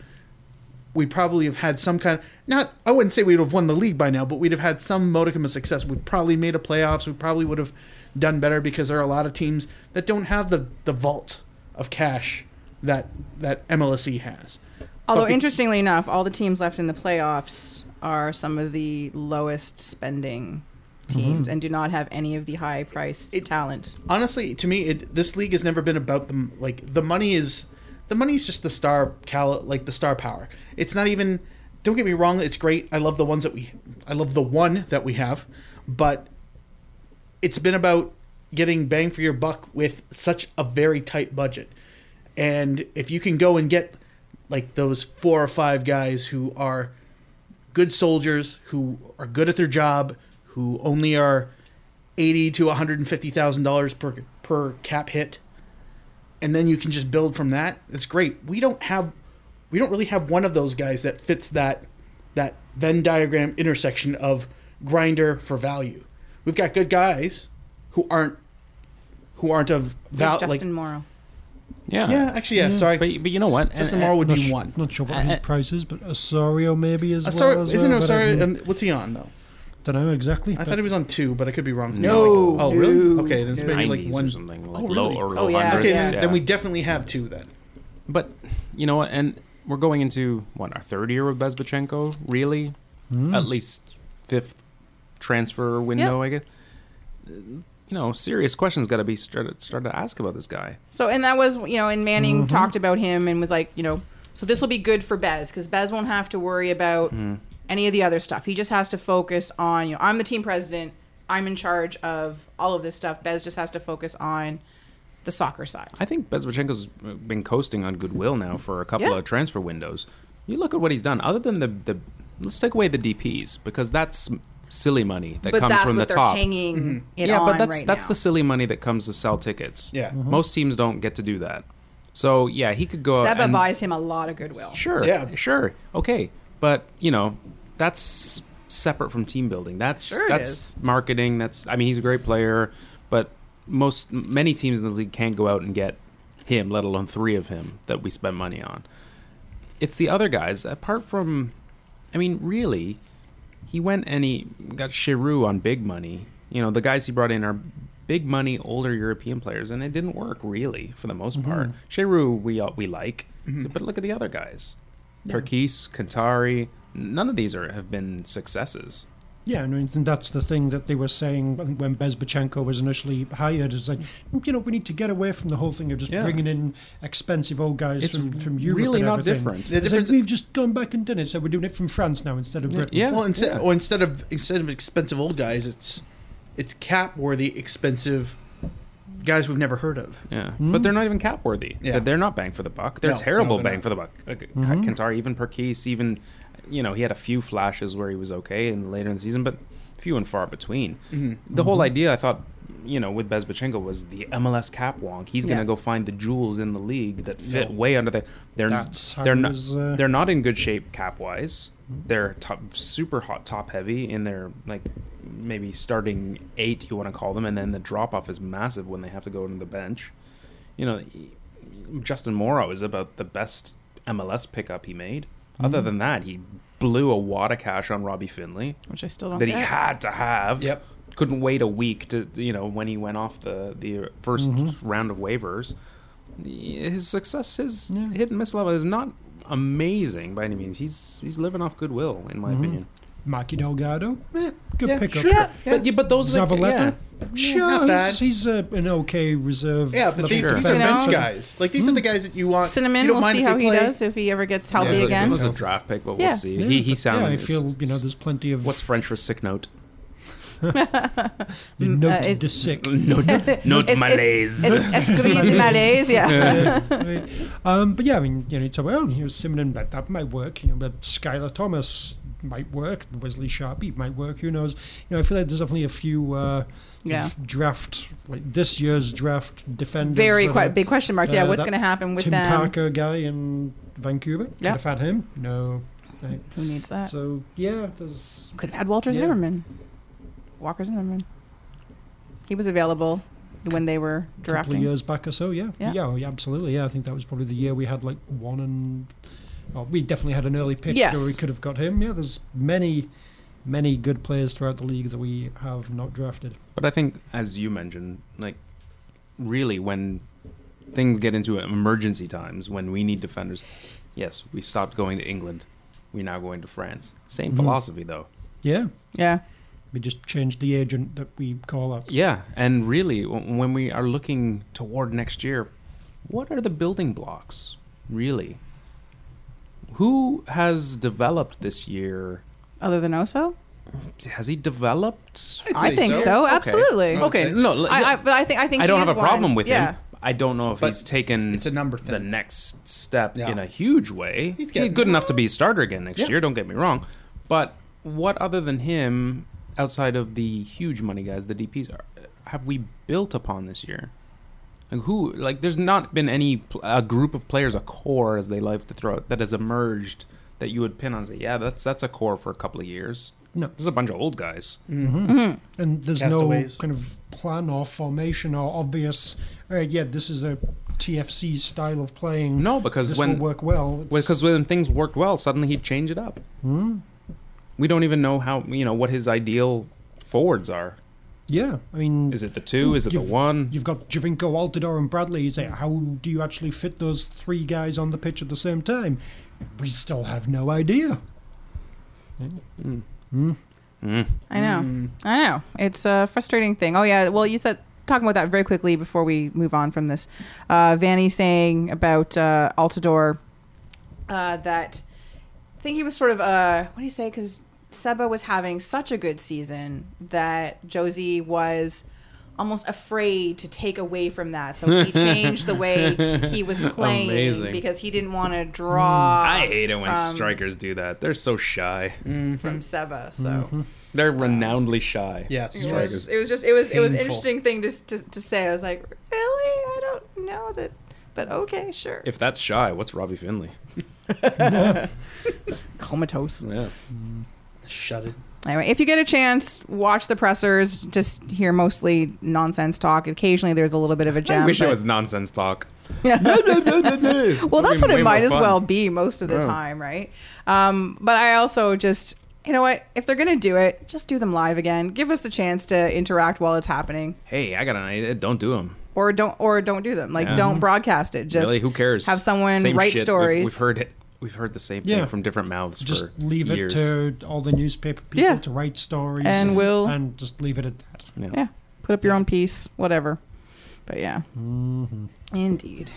B: we probably have had some kind. Not, I wouldn't say we'd have won the league by now, but we'd have had some modicum of success. We'd probably made a playoffs. We probably would have done better because there are a lot of teams that don't have the the vault of cash that that MLSE E has.
C: although
B: But be-
C: interestingly enough all the teams left in the playoffs are some of the lowest spending teams
A: Mm-hmm.
C: and do not have any of the high priced
B: It-
C: talent
B: honestly, to me, it, this league has never been about them. Like the money is, the money is just the star cal, like the star power. It's not even. Don't get me wrong. It's great. I love the ones that we. I love the one that we have, but it's been about getting bang for your buck with such a very tight budget. And if you can go and get like those four or five guys who are good soldiers who are good at their job who only are 80 to 150,000 dollars per per cap hit and then you can just build from that. It's great. We don't have we don't really have one of those guys that fits that that Venn diagram intersection of grinder for value. We've got good guys who aren't who aren't of
C: Like
B: value
C: Justin
B: like
C: Morrow.
J: Yeah.
B: yeah, actually yeah, sorry.
J: But, but you know what?
B: Justin
J: And-
B: Morrow would
D: Not
B: be
D: su-
B: one.
D: Not sure
J: Uh,
D: what his
J: uh,
D: price is, but Osorio maybe is.
B: Osorio,
D: well as
B: isn't
D: well, but I
B: Osorio
D: don't-
B: and what's he on though?
D: Don't know exactly.
B: I
D: but-
B: thought he was on two, but I could be wrong.
J: No.
B: Oh really?
C: No.
B: Okay, then it's maybe
A: 90s
B: like one
A: or something like
B: Oh,
A: low
B: really?
A: or low
C: Oh, yeah.
A: hundreds.
B: Okay,
C: Yeah.
B: then we definitely have two then.
A: But you know what? And we're going into what our third year with Bezbachenko, really? At least fifth transfer window, I guess. You know, serious questions got to be started started to ask about this guy.
C: So, and that was, you know, and Manning
A: Mm-hmm.
C: talked about him and was like, you know, so this will be good for Bez because Bez won't have to worry about
A: Hmm.
C: any of the other stuff. He just has to focus on, you know, I'm the team president, I'm in charge of all of this stuff. Bez just has to focus on the soccer side.
A: I think Bezbachenko's been coasting on goodwill now for a couple
C: Yeah.
A: of transfer windows. You look at what he's done. Other than the the, let's take away the DPS because that's silly money that
C: but
A: comes
C: that's
A: from the
C: what they're
A: top.
C: hanging it
A: yeah,
C: on
A: but that's
C: right
A: that's
C: now.
A: the silly money that comes to sell tickets.
B: Yeah. Mhm.
A: most teams don't get to do that. So yeah, he could go. out
C: Seba
A: and-
C: buys him a lot of goodwill.
A: Sure.
B: Yeah.
A: Sure. Okay. But you know, that's separate from team building. That's
C: Sure it
A: that's
C: is.
A: marketing. That's I mean, he's a great player, but most many teams in the league can't go out and get him, let alone three of him that we spend money on. It's the other guys. Apart from, I mean, really, he went and he got Shiru on big money. You know, the guys he brought in are big money, older European players, and it didn't work really for the most
C: Mm-hmm.
A: part. Shiru, we all- we like, but look at the other guys: Perkis, Kantari. None of these are have been successes.
D: Yeah, and I mean, that's the thing that they were saying I think, when Bezbachenko was initially hired. Is like, you know, we need to get away from the whole thing of just
A: Yeah.
D: bringing in expensive old guys
A: It's
D: from, from Europe.
A: really
D: and
A: not
D: everything.
A: different. The
D: It's like,
B: difference-
D: we've just gone back and done it, so we're doing it from France now instead of Britain.
A: Yeah.
B: Well, instead,
A: yeah.
B: or instead of instead of expensive old guys, it's it's cap worthy expensive guys we've never heard of.
A: Yeah, but they're not even cap worthy.
B: Yeah.
A: They're not bang for the buck. They're
B: No, no,
A: terrible
B: they're
A: bang
B: not. Mm-hmm.
A: for the buck. Like, Kantari, even Perkis, even you know he had a few flashes where he was okay in later in the season, but few and far between.
B: Mm-hmm.
A: The whole idea, I thought, you know, with Bezbachenko was the MLS cap wonk. He's
C: Yeah.
A: gonna go find the jewels in the league that fit way under the. They're
D: That's how
A: they're
D: he
A: not
D: was, uh,
A: they're not in good shape cap wise.
C: Mm-hmm.
A: They're top, super hot top heavy in their like maybe starting eight you want to call them, and then the drop off is massive when they have to go to the bench you know, Justin Morrow is about the best MLS pickup he made.
C: Mm-hmm.
A: Other than that, he blew a wad of cash on Robbie Finley
C: Which I still don't
A: that he
C: get.
A: had to have.
B: Yep.
A: Couldn't wait a week to you know when he went off the
C: *laughs*
A: the 1st
B: Mm-hmm.
A: round of waivers. His success, his hit and miss level is not amazing by any means. He's he's living off goodwill, in
B: Mm-hmm.
A: my opinion.
D: Maki Delgado, eh, good
B: Yeah,
D: pickup.
B: sure.
A: But yeah, but those like, yeah.
D: Zavaleta, sure,
B: Not
D: he's,
B: bad.
D: he's uh, an okay reserve.
B: Yeah, but they,
D: level
A: sure.
B: these are
C: You know?
B: bench guys. Like these are the guys that you want.
C: Cinnamon,
B: You don't
C: we'll
B: mind
C: see
B: if they
C: how he
B: play-
C: does if he ever gets healthy
A: It was a-
C: again.
A: It was a draft pick, but we'll
C: Yeah.
A: see.
D: Yeah,
A: he he
D: but,
A: sounded.
D: Yeah, I feel you know there's plenty of
A: what's French for sick note?
D: note
C: uh, is-
D: de sick.
C: *laughs*
A: Note, note
C: It's- it's-
A: malaise. *laughs*
C: It's, it's gonna be the malaise, yeah.
D: um, but yeah, I mean, you know, it's well, you know, Simonin, that, that might work. You know, but Skylar Thomas might work. Wesley Sharpie might work. Who knows? You know, I feel like there's definitely a few uh,
C: Yeah.
D: f- draft like this year's draft defenders.
C: Very
D: that
C: que-
D: are-
C: big question marks. Yeah,
D: uh,
C: what's
D: that
C: going to happen with
D: Tim
C: them?
D: Parker guy in Vancouver. Could
C: Yeah.
D: have had him. No. Right.
C: Who needs that?
D: So yeah, there's
C: Could have had Walters
D: Yeah.
C: Zimmerman. Walker Zimmerman. He was available when they were
D: a couple of
C: drafting.
D: years back or so. Yeah.
C: Yeah.
D: oh, yeah, absolutely. Yeah, I think that was probably the year we had like one and. Well, we definitely had an early pick
C: Yes.
D: where we could have got him. Yeah, there's many, many good players throughout the league that we have not drafted.
A: But I think, as you mentioned, like really when things get into emergency times, when we need defenders, yes, we stopped going to England. We're now going to France. Same
D: Mm-hmm.
A: philosophy, though.
D: Yeah.
C: Yeah.
D: We just changed the agent that we call up.
A: Yeah, and really, w- when we are looking toward next year, what are the building blocks, really? Who has developed this year?
C: Other than Oso?
A: Has he developed?
C: I think so,
A: Okay.
C: absolutely.
A: Okay, no, l-
C: I, I, but I think I think
A: I don't
C: he
A: have
C: is
A: a problem
C: one.
A: with
C: yeah.
A: him. I don't know if he's taken
B: it's a number
A: the
B: thing.
A: next step
B: Yeah.
A: in a huge way. He's,
B: getting
A: good enough to be a starter again next
B: Yeah.
A: year. Don't get me wrong, but what other than him, outside of the huge money guys, the DPS are, have we built upon this year? Like who? Like there's not been any pl- a group of players, a core as they like to throw out, that has emerged that you would pin on. and Say, yeah, that's that's a core for a couple of years.
D: No.
A: there's a bunch of old guys.
B: Mm.
D: And there's
B: Castaways.
D: no kind of plan or formation or obvious, all right, yeah, this is a TFC style of playing.
A: No, because
D: this
A: when
D: will work well. It's-
A: because when things worked well, suddenly he'd change it up.
C: Hmm.
A: We don't even know how you know what his ideal forwards are.
D: yeah, I mean,
A: Is it the two? Is it the
D: You've-
A: one?
D: You've got Javinko, Altidore, and Bradley. You say,
A: Hmm.
D: how do you actually fit those three guys on the pitch at the same time? We still have no idea.
C: I know. I know. It's a frustrating thing. Oh yeah. Well, you said talking about that very quickly before we move on from this. Uh, Vanny saying about uh, Altador uh, that I think he was sort of uh, what do you say? Because Seba was having such a good season that Josie was almost afraid to take away from that. So he changed the way
A: *laughs*
C: he was playing
A: Amazing. Mm.
C: because he didn't want to draw.
A: I hate it when
C: from-
A: strikers do that. They're so shy.
C: from Seba. So.
A: Mm-hmm. They're renownedly shy.
B: Yes.
C: It
A: Strikers.
C: was, it was just it was it was an
B: Painful.
C: interesting thing to, to to say. I was like, really? I don't know that, but okay, sure.
A: If that's shy, what's Robbie Finley?
C: Comatose.
A: Yeah.
B: Shut it.
C: Anyway, if you get a chance, watch the pressers. Just hear mostly nonsense talk. Occasionally, there's a little bit of a
A: I
C: gem.
A: wish it
C: but- *laughs*
A: was *laughs* nonsense talk.
C: well, that's what
A: Way
C: it
A: more
C: might as
A: fun.
C: well be most of the time, right? Um, but I also just, you know what? If they're gonna do it, just do them live again. Give us the chance to interact while it's happening.
A: Hey, I got an idea. Don't do them.
C: or don't or don't do them. Like
A: Yeah.
C: don't broadcast it. Just
A: Really, who cares?
C: Have someone
A: Same shit.
C: write
A: We've-
C: stories.
A: We've, heard it. We've heard the same
D: Yeah.
A: thing from different mouths.
D: Just
A: for
D: leave
A: years.
D: it to all the newspaper people
C: Yeah.
D: to write stories.
C: And we'll-
D: And just leave it at that.
C: Yeah, put up your own piece, whatever. But yeah,
A: Mm-hmm.
C: indeed.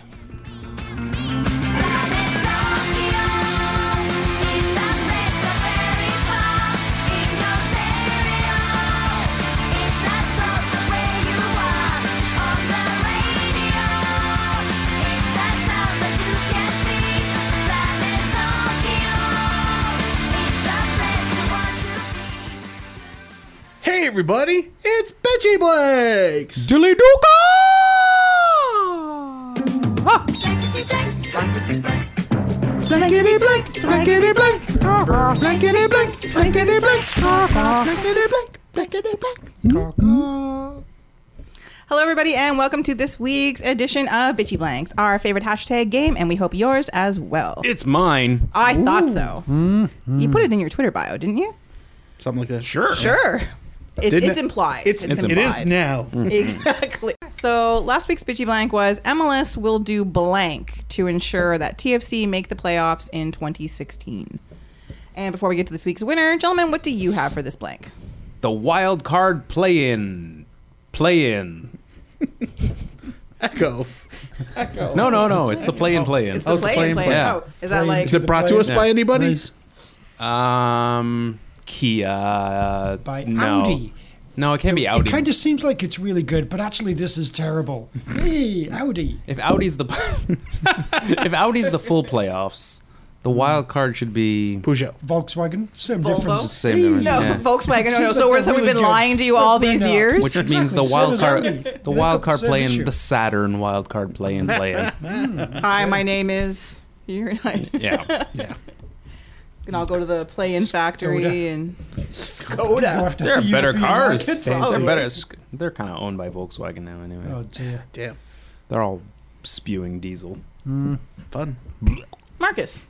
B: Hey everybody, it's Bitchy Blakes.
A: Dilly
B: Blankety blank, blankety blank, blankety blank, blankety blank, blankety blank, blankety blank.
C: Hello, everybody, and welcome to this week's edition of Bitchy Blanks, our favorite hashtag game, and we hope yours as well.
A: It's mine.
C: I thought so.
A: Mm-hmm.
C: You put it in your Twitter bio, didn't you?
B: Something like that.
A: Sure.
C: Sure. It's,
B: Didn't
C: it's
B: it-
C: implied.
B: It's, it is *laughs* now.
C: Exactly. *laughs* So last week's bitchy blank was MLS will do blank to ensure that TFC make the playoffs in 2016. And before we get to this week's winner, gentlemen, what do you have for this blank?
A: The wild card play in. Play in.
B: Echo.
A: No, no, no. It's the play in, play in.
C: Oh. It's the play and play.
A: Yeah.
C: Oh, is that
D: Play
C: like
B: Is it brought to us by anybody?
D: Nice.
A: Um, Kia. uh,
D: By
A: no.
D: Audi.
A: No, it can't be
D: It
A: Audi.
D: kind of seems like it's really good, but actually, this
A: *laughs*
D: is terrible. hey, Audi.
A: if Audi's the *laughs* if Audi's the full playoffs, the wild card should be
B: Peugeot.
D: Volkswagen, same
C: Volvo?
A: the
D: difference.
A: same. number,
C: *laughs* no
A: yeah.
C: Volkswagen? No, no. So
D: Seems
C: we're
D: like
C: so
D: they're
C: we've been
D: really
C: lying to you
D: good.
C: all
D: They're
C: these
D: not.
C: years.
A: Which
D: Exactly,
A: means the
D: so
A: wild
D: does
A: card,
D: Audi. They've
A: the
D: got
A: wild
D: the
A: card
D: same
A: play in
D: issue.
A: the Saturn wild card play in play
D: *laughs*
A: in.
C: Hi, my name is. You *laughs* and I
A: Yeah,
D: *laughs*
C: can all go to the play in factory
D: Skoda.
C: and
D: Go
C: Skoda.
D: after
A: they're Oh,
D: the
A: better
D: European
A: cars.
D: market.
A: They're better. They're kind of owned by Volkswagen now, anyway.
D: Oh dear.
B: Damn.
A: They're all spewing diesel.
B: Fun.
C: Marcus.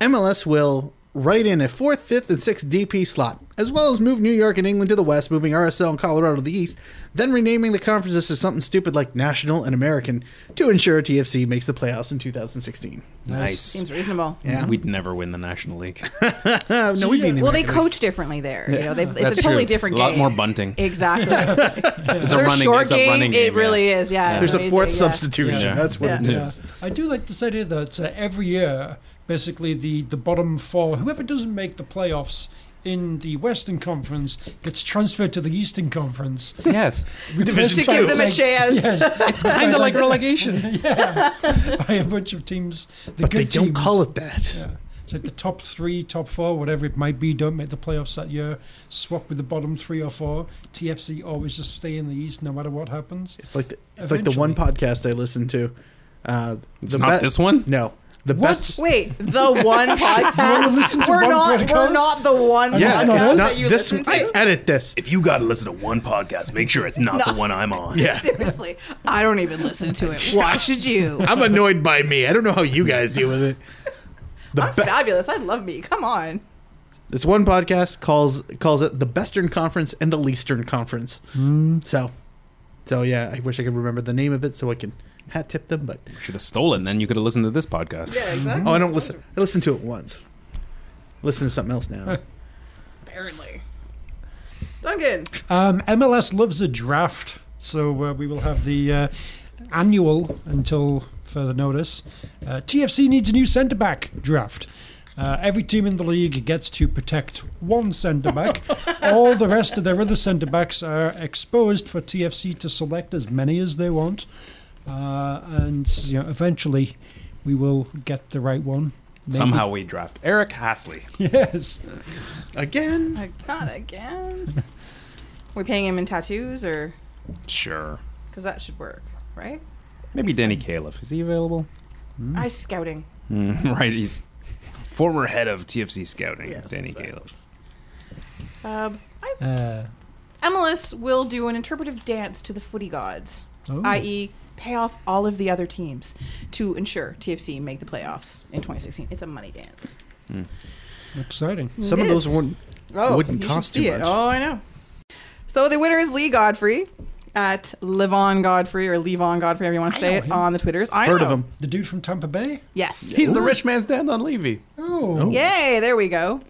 B: MLS will write in a fourth, fifth, and sixth DP slot, as well as move New York and England to the west, moving RSL and Colorado to the east, then renaming the conferences to something stupid like National and American to ensure TFC makes the playoffs in 2016.
A: Nice.
C: Seems reasonable.
B: Yeah.
A: We'd never win the National League.
B: Uh, no, we mean the
C: Well, they
B: American
C: coach differently there. You know, they, it's
A: That's
C: a totally
A: true.
C: different
A: A lot
C: game.
A: more bunting.
C: Exactly.
A: It's a
C: Their
A: running.
C: short
A: it's a
C: game,
A: running
C: it
A: game.
C: really is. Yeah,
B: League. There's a
C: amazing,
B: fourth
C: yeah.
B: substitution.
A: Yeah.
B: That's what it
C: Yeah.
D: Yeah.
B: is.
D: I do like this idea that uh, every year, basically the, the bottom four, whoever doesn't make the playoffs, in the Western Conference gets transferred to the Eastern Conference.
J: Yes,
C: to give them a chance.
D: it's
J: kind of like
D: *laughs*
J: relegation.
D: by a bunch of teams. The
I: But
D: good
I: they don't
D: teams.
I: call it that.
D: Yeah. It's like the top three, top four, whatever it might be, don't make the playoffs that year. Swap with the bottom three or four. TFC always just stay in the East no matter what happens.
B: It's like the, it's like the one podcast I listen to. Uh,
A: It's
B: the
A: not
B: be-
A: this one?
B: No, the
D: What?
B: best.
C: Wait, the one
D: listen
C: podcast.
D: to
C: we're
D: one
C: not. We're
D: podcast?
C: not the one.
D: Yeah,
B: Yeah,
D: It's
C: podcast
D: not
B: it's
D: us.
B: not
C: that you
B: this.
C: listen to.
B: I edit this.
G: If you gotta listen to one podcast, make sure it's not the one I'm on.
I: Yeah.
C: Seriously, I don't even listen
B: *laughs*
C: to it. Why should you?
I: I'm annoyed by me. I don't know how you guys deal
C: *laughs*
I: with it.
B: The
C: I'm
B: be-
C: fabulous. I love me. Come on.
B: this one podcast calls calls it the Bestern Conference and the Leastern Conference.
I: Hmm.
B: So, so yeah, I wish I could remember the name of it so I can hat tip them. But
A: Should have stolen. Then you could have listened to this podcast.
C: Yeah, exactly.
B: oh, I don't listen. I listened to it once. Listen to something else
I: *laughs*
B: now. Mm-hmm.
C: Apparently, Duncan.
D: Um, MLS loves a draft, so uh, we will have the uh, annual until further notice. Uh, TFC needs a new centre back draft. Uh, every team in the league gets to protect one centre back. All the rest of their other centre backs are exposed for TFC to select as many as they want, uh, and you know, eventually we will get the right one. Maybe.
A: Somehow we draft Eric Hasley.
D: *laughs* yes.
B: Again,
C: Not again. We're paying him in tattoos, or
A: Sure.
C: because that should work, right?
A: Maybe Danny Califf. Is he available?
B: Mm-hmm.
C: I scouting.
A: *laughs* right. He's former head of TFC scouting,
C: Yes,
A: Danny
C: exactly.
A: Califf.
C: Um, I,
D: Uh,
C: MLS will do an interpretive dance to the footy gods,
D: Oh.
C: i.e., pay off all of the other teams to ensure TFC make the playoffs in 2016. It's a money dance.
D: exciting.
B: some
C: It
B: of those
C: is.
B: wouldn't wouldn't
C: Oh, you
B: cost too
C: should see
B: much.
C: It. Oh, I know. So the winner is Lee Godfrey at Levon Godfrey or Levon Godfrey, however you want to say
D: know
C: it,
D: him.
C: on the Twitters. I
B: Heard
C: know.
B: of him?
D: The dude from Tampa Bay?
C: Yes.
A: He's the rich man's dad on Levy.
D: Oh.
C: Yay! There we go.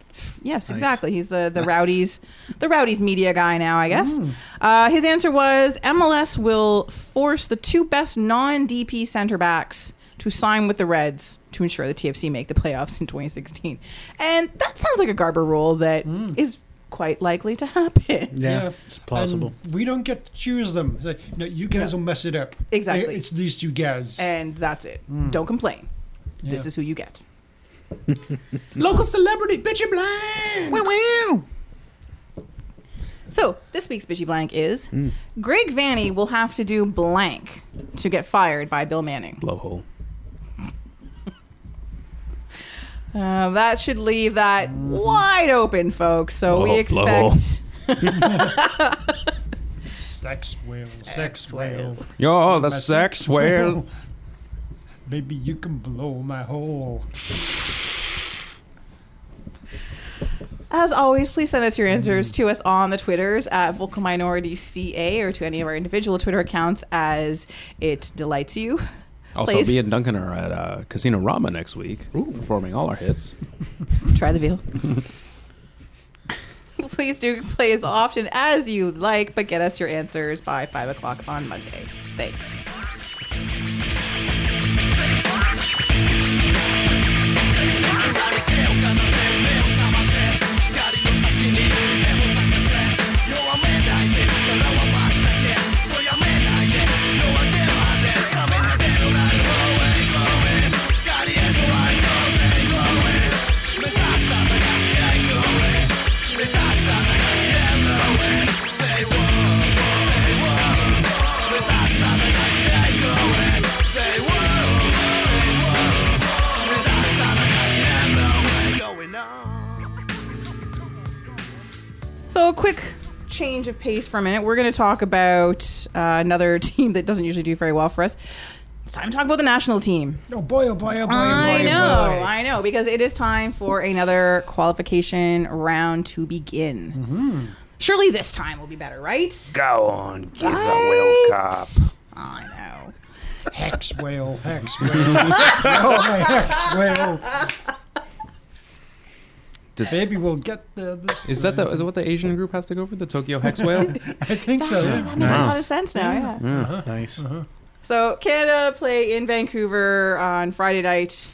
C: Yes, exactly. He's the the rowdies, the rowdies media guy now, I guess. Uh, his answer was MLS will force the two best non DP center backs to sign with the Reds to ensure the TFC make the playoffs in 2016, and that sounds like a Garber rule that is quite likely to happen.
B: yeah, it's plausible.
D: And we don't get to choose them. It's like, no, you guys will mess it up.
C: Exactly. Eh.
D: It's these two guys.
C: And that's it. Don't complain. This
D: Yeah.
C: is who you get.
A: Local celebrity, bitch and blind.
C: So this week's bitchy blank is Greg Vanny will have to do blank to get fired by Bill Manning.
A: Blowhole.
C: Uh, that should leave that wide open, folks. So we
A: Blow,
C: expect.
D: Sex whale. Sex whale.
A: You're the
D: My
A: sex
D: *laughs*
A: whale.
D: Baby, you can blow my hole.
C: As always, please send us your answers to us on the Twitters at Vocal Minority CA or to any of our individual Twitter accounts as it delights you.
A: Also,
C: Please.
A: me and Duncan are at uh, Casino Rama next week, performing all our hits.
C: *laughs* Try the veal. *laughs* please do play as often as you like, but get us your answers by 5 o'clock on Monday. Thanks. So a quick change of pace for a minute. We're going to talk about uh, another *laughs* team that doesn't usually do very well for us. It's time to talk about the national team.
D: Oh boy, oh boy, oh boy, oh boy.
C: I
D: oh
C: know,
D: boy.
C: I know, because it is time for another qualification round to begin.
D: Mm-hmm.
C: Surely this time will be better, right?
G: Go on, kiss a will cop.
C: I
D: *laughs*
C: know.
D: Hex whale, hex whale. *laughs* oh my hex whale.
A: Does-
D: Baby, we'll get the. This
A: Is that the, is that what the Asian group has to go for? The Tokyo Hex
C: *laughs*
A: Whale?
D: I think so.
C: That
D: Yeah.
C: makes a lot of sense now, yeah.
I: uh,
B: nice.
I: uh-huh.
C: So Canada play in Vancouver on Friday night.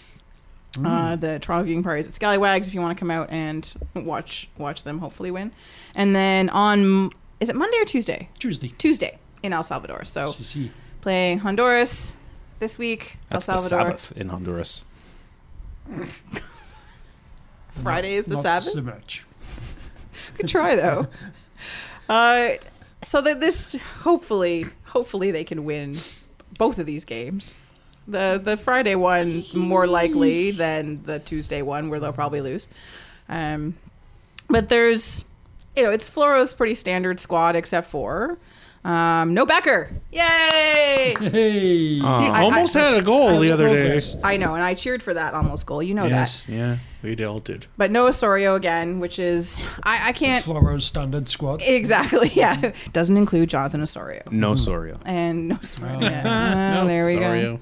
A: Mm.
C: Uh, the Toronto Viewing Party is at Scallywags if you want to come out and watch watch them hopefully win. And then on is it Monday or Tuesday?
D: Tuesday.
C: Tuesday in El Salvador. So
D: CC.
C: playing Honduras this week,
A: That's
C: El
A: the
C: Salvador.
A: Sabbath in Honduras.
C: Friday is the
D: Not
C: Sabbath.
D: so much.
C: Good try though. *laughs* Uh, so that this hopefully, hopefully they can win both of these games. The the Friday one more likely than the Tuesday one where they'll probably lose. Um, but there's you know it's Floro's pretty standard squad except for um, no Becker. Yay!
D: Hey.
C: Uh,
I: He
A: Oh,
I: almost
C: I-
I: had a goal the
D: That's
I: other day.
D: progress.
C: I know, and I cheered for that almost goal. You know that.
I: Yes, yeah, we all did.
C: But no Osorio again, which is I, I can't
D: Floro's standard squad.
C: exactly. *laughs* Yeah, doesn't include Jonathan Osorio.
A: no Soria.
C: and no sorry.
D: Oh.
C: Yeah. Well,
I: No,
C: there we
I: sorry.
C: go.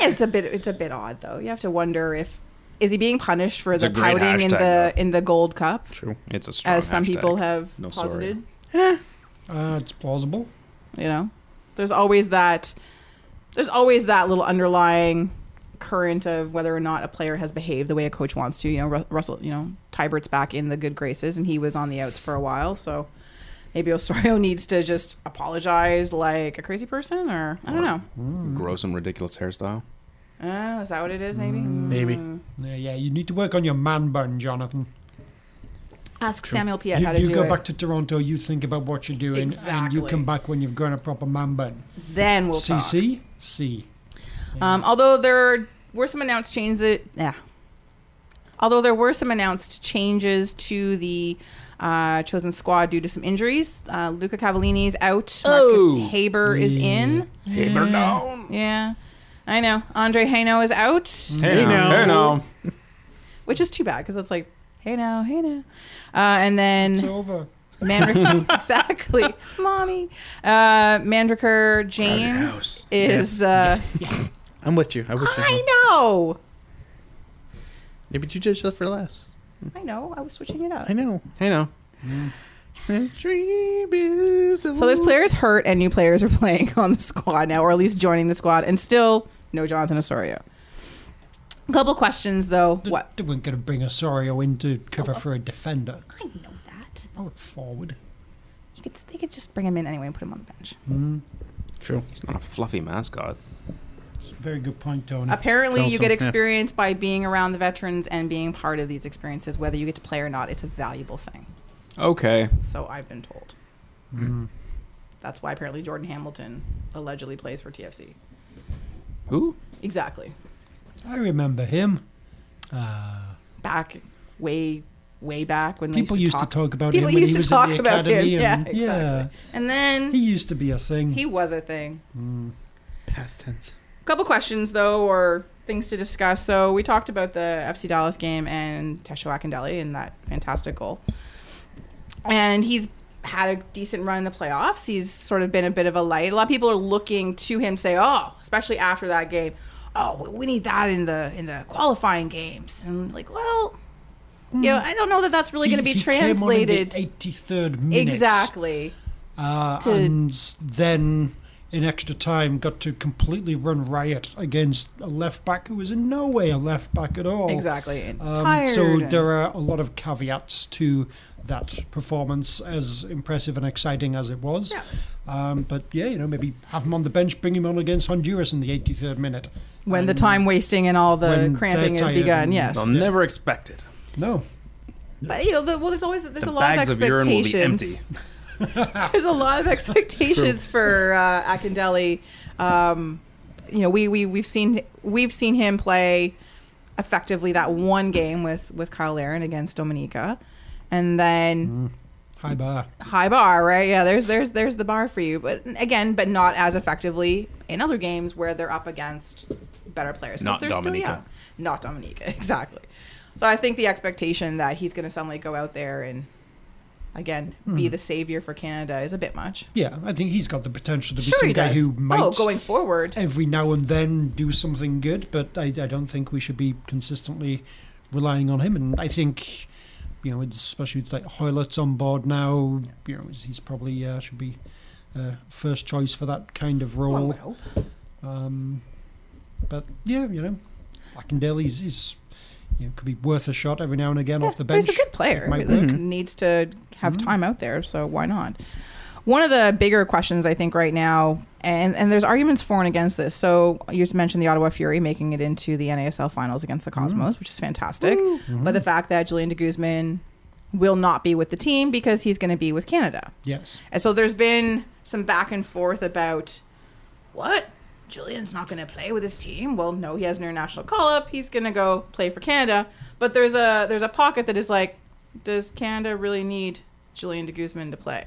C: It's a bit it's a bit odd though. You have to wonder if is he being punished for
A: It's
C: the
A: a great
C: pouting in the
A: hashtag,
C: in the Gold Cup,
A: True. It's a strong
C: as some
A: hashtag.
C: people have
A: No sorry.
C: posited.
D: Uh, it's plausible.
C: You know, there's always that there's always that little underlying current of whether or not a player has behaved the way a coach wants to. You know, Ru- Russell, you know, Tybert's back in the good graces, and he was on the outs for a while, so. Maybe Osorio *laughs* needs to just apologize like a crazy person, or I don't know.
A: Gross and ridiculous hairstyle.
C: Oh, is that what it is? Maybe.
I: Maybe.
C: Mm.
D: Yeah, yeah, you need to work on your man bun, Jonathan.
C: Ask Samuel Piet
D: you
C: how to
D: you
C: do
D: go
C: it.
D: back to Toronto, you think about what you're doing, and you
C: Exactly.
D: come back when you've grown a proper man bun.
C: then we'll talk.
D: CC? C.
C: Um, although there were some announced changes. Yeah. Although there were some announced changes to the uh, chosen squad due to some injuries, uh, Luca Cavallini's out. Marcus Haber is in.
A: Haber down.
C: Yeah, I know. Andre Haino is out,
D: Mm.
A: Hey now. Hey now.
C: which is too bad because it's like, hey now, hey now, uh, and then *laughs*
D: It's over. *laughs*
C: Mandraker, exactly, mommy. Uh, Mandraker James is. Uh,
B: I'm with you. I'm with you.
C: I know,
B: Yeah, but you just left for laughs.
C: I know. I was switching it up.
B: I
C: *sighs*
B: know.
A: Hey now.
B: A dream is a
C: So there's players hurt and new players are *laughs* playing on the squad now, or at least joining the squad, and still no Jonathan Osorio. A couple questions though.
D: They-
C: What?
D: They weren't going to bring Osorio in to cover for a defender.
C: I know that.
D: Oh, forward.
C: You could, they could just bring him in anyway and put him on the bench.
D: Hmm.
A: True. He's not a fluffy mascot.
D: It's a very good point, Tony.
C: Apparently,
B: Mm. Tell
C: you
B: some-
C: get
B: yeah.
C: experience by being around the veterans and being part of these experiences, whether you get to play or not. It's a valuable thing.
A: Okay.
C: So I've been told.
B: Mm.
C: That's why apparently Jordan Hamilton allegedly plays for TFC.
A: Who?
C: Exactly.
D: I remember him. Uh,
C: Back way way back when they
D: people used to talk about
C: people
D: him when
C: used
D: he
C: to
D: was
C: talk
D: in the
C: about him.
D: academy.
C: Yeah,
D: and-
C: exactly. And
D: yeah,
C: then
D: he
C: he,
D: used to be a thing.
C: was a thing.
B: past tense.
C: couple questions though, or things to discuss. So we talked about the FC Dallas game and Tesho Akindele and that fantastic goal. And he's had a decent run in the playoffs. He's sort of been a bit of a light. A lot of people are looking to him, say, "Oh, especially after that game, oh, we- we need that in the in the qualifying games." And I'm like, well, you know, I don't know that that's really going to be
D: He- he came on in the
C: translated
D: 83rd minute.
C: exactly.
D: Uh,
C: to-
D: and then in extra time got to completely run riot against a left back who was in no way a left back at all.
C: Exactly. And
D: Um,
C: tired
D: so
C: and-
D: there are a lot of caveats to that performance, as impressive and exciting as it was.
C: Yeah.
D: Um, but yeah, you know, maybe have him on the bench, bring him on against Honduras in the 83rd minute.
C: when the time wasting and all the
D: when
C: cramping
D: they're
C: has
D: tired
C: begun.
D: and-
C: Yes,
A: They'll never expect it.
D: No,
C: but you know, the, well, there's always there's
A: the
C: a lot of
A: bags of urine will be empty.
C: expectations. *laughs* there's a lot of expectations for uh, Akindele. Um, you know, we we we've seen we've seen him play effectively that one game with with Kyle Aaron against Dominica, and then
D: high bar.
C: high bar, right? Yeah, there's there's there's the bar for you, but again, but not as effectively in other games where they're up against better players. 'cause
A: Not
C: they're
A: Dominica.
C: young. not Dominica, *laughs* exactly. So I think the expectation that he's going to suddenly go out there and again
D: Hmm.
C: be the savior for Canada is a bit much.
D: Yeah, I think he's got the potential to be
C: Sure,
D: some
C: he
D: guy
C: does.
D: who might
C: oh, going forward,
D: every now and then do something good, but I, I don't think we should be consistently relying on him. And I think, you know, it's- especially with like Hoylett's on board now, you know, he's probably uh, should be uh, first choice for that kind of
C: One
D: role.
C: would hope.
D: Um, but yeah, you know, Blackendale is, is you know, could be worth a shot every now and again off the
C: but
D: bench.
C: He's a good player.
D: It might
C: He
D: work.
C: needs to have
D: Mm-hmm.
C: time out there, so why not? One of the bigger questions I think right now, and, and there's arguments for and against this. So you just mentioned the Ottawa Fury making it into the NASL finals against the
D: Mm-hmm.
C: Cosmos, which is fantastic. But the fact that Julian de Guzman will not be with the team because he's going to be with Canada.
D: Yes.
C: And so there's been some back and forth about what? Julian's not going to play with his team. Well, no, he has an international call up. He's going to go play for Canada. But there's a there's a pocket that is like, does Canada really need Julian de Guzman to play?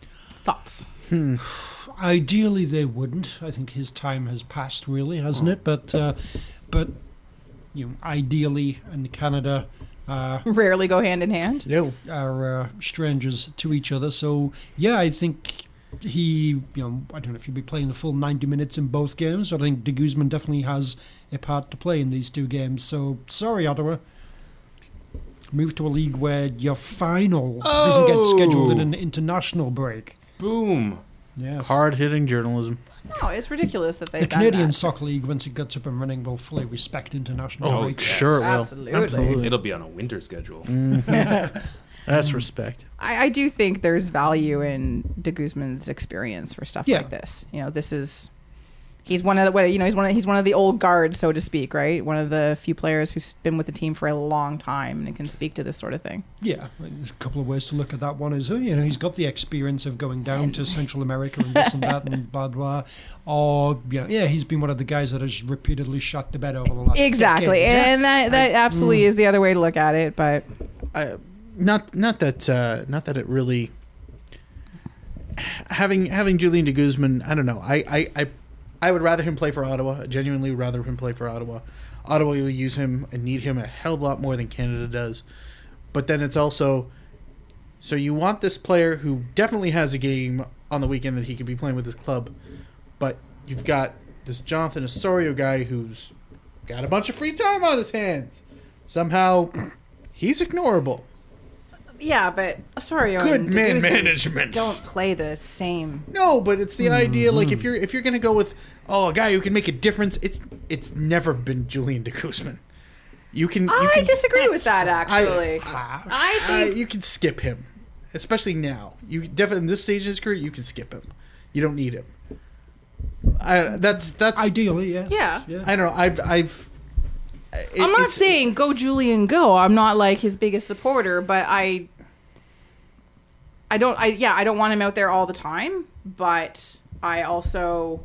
C: Thoughts? *laughs*
D: Ideally, they wouldn't. I think his time has passed, really, hasn't it? But uh, but you know, ideally, in Canada. Uh,
C: Rarely go hand in hand.
D: no. are uh, strangers to each other. So yeah, I think he, you know, I don't know if he'll be playing the full 90 minutes in both games. But I think De Guzman definitely has a part to play in these two games. So sorry, Ottawa. Move to a league where your final doesn't get scheduled in an international break.
A: Boom.
D: Yes.
B: Hard hitting journalism.
C: No, it's ridiculous that they've
D: The
C: done
D: Canadian
C: that.
D: Soccer League, once it gets up and running, will fully respect international
A: Oh,
D: breaks.
A: sure
B: it will.
C: Absolutely.
A: It'll be on a winter schedule.
B: That's respect.
C: I, I do think there's value in De Guzman's experience for stuff
D: Yeah.
C: like this. You know, this is he's one of the what- you know he's one of, he's one of the old guard, so to speak, right? One of the few players who's been with the team for a long time and can speak to this sort of thing.
D: Yeah, there's a couple of ways to look at that. One is, oh, you know, he's got the experience of going down to Central America and this and that
C: *laughs*
D: and blah blah. Or yeah, yeah, he's been one of the guys that has repeatedly shot the bed over the last
C: Exactly,
D: decade.
C: and that that absolutely is the other way to look at it. But
B: I, not not that uh, not that it really having having Julian de Guzman. I don't know. I I, I I would rather him play for Ottawa. I genuinely would rather him play for Ottawa. Ottawa will use him and need him a hell of a lot more than Canada does. But then it's also so you want this player who definitely has a game on the weekend that he could be playing with his club, but you've got this Jonathan Osorio guy who's got a bunch of free time on his hands. Somehow he's ignorable.
C: yeah, but sorry,
B: Good man management.
C: Don't play the same.
B: No, but it's the idea. Like if you're if you're gonna go with oh a guy who can make a difference, it's it's never been Julian de Guzman. You can. You
C: I
B: can,
C: disagree with that
B: I-
C: actually.
B: I,
C: I
B: I-
C: think-
B: you can skip him, especially now. You definitely in this stage of his career, you can skip him. You don't need him. I, that's that's.
D: Ideally, yes.
C: Yeah.
B: I don't know. I've I've. it-
C: I'm not
B: it's-
C: saying go Julian go. I'm not like his biggest supporter, but I I don't I yeah, I don't want him out there all the time, but I also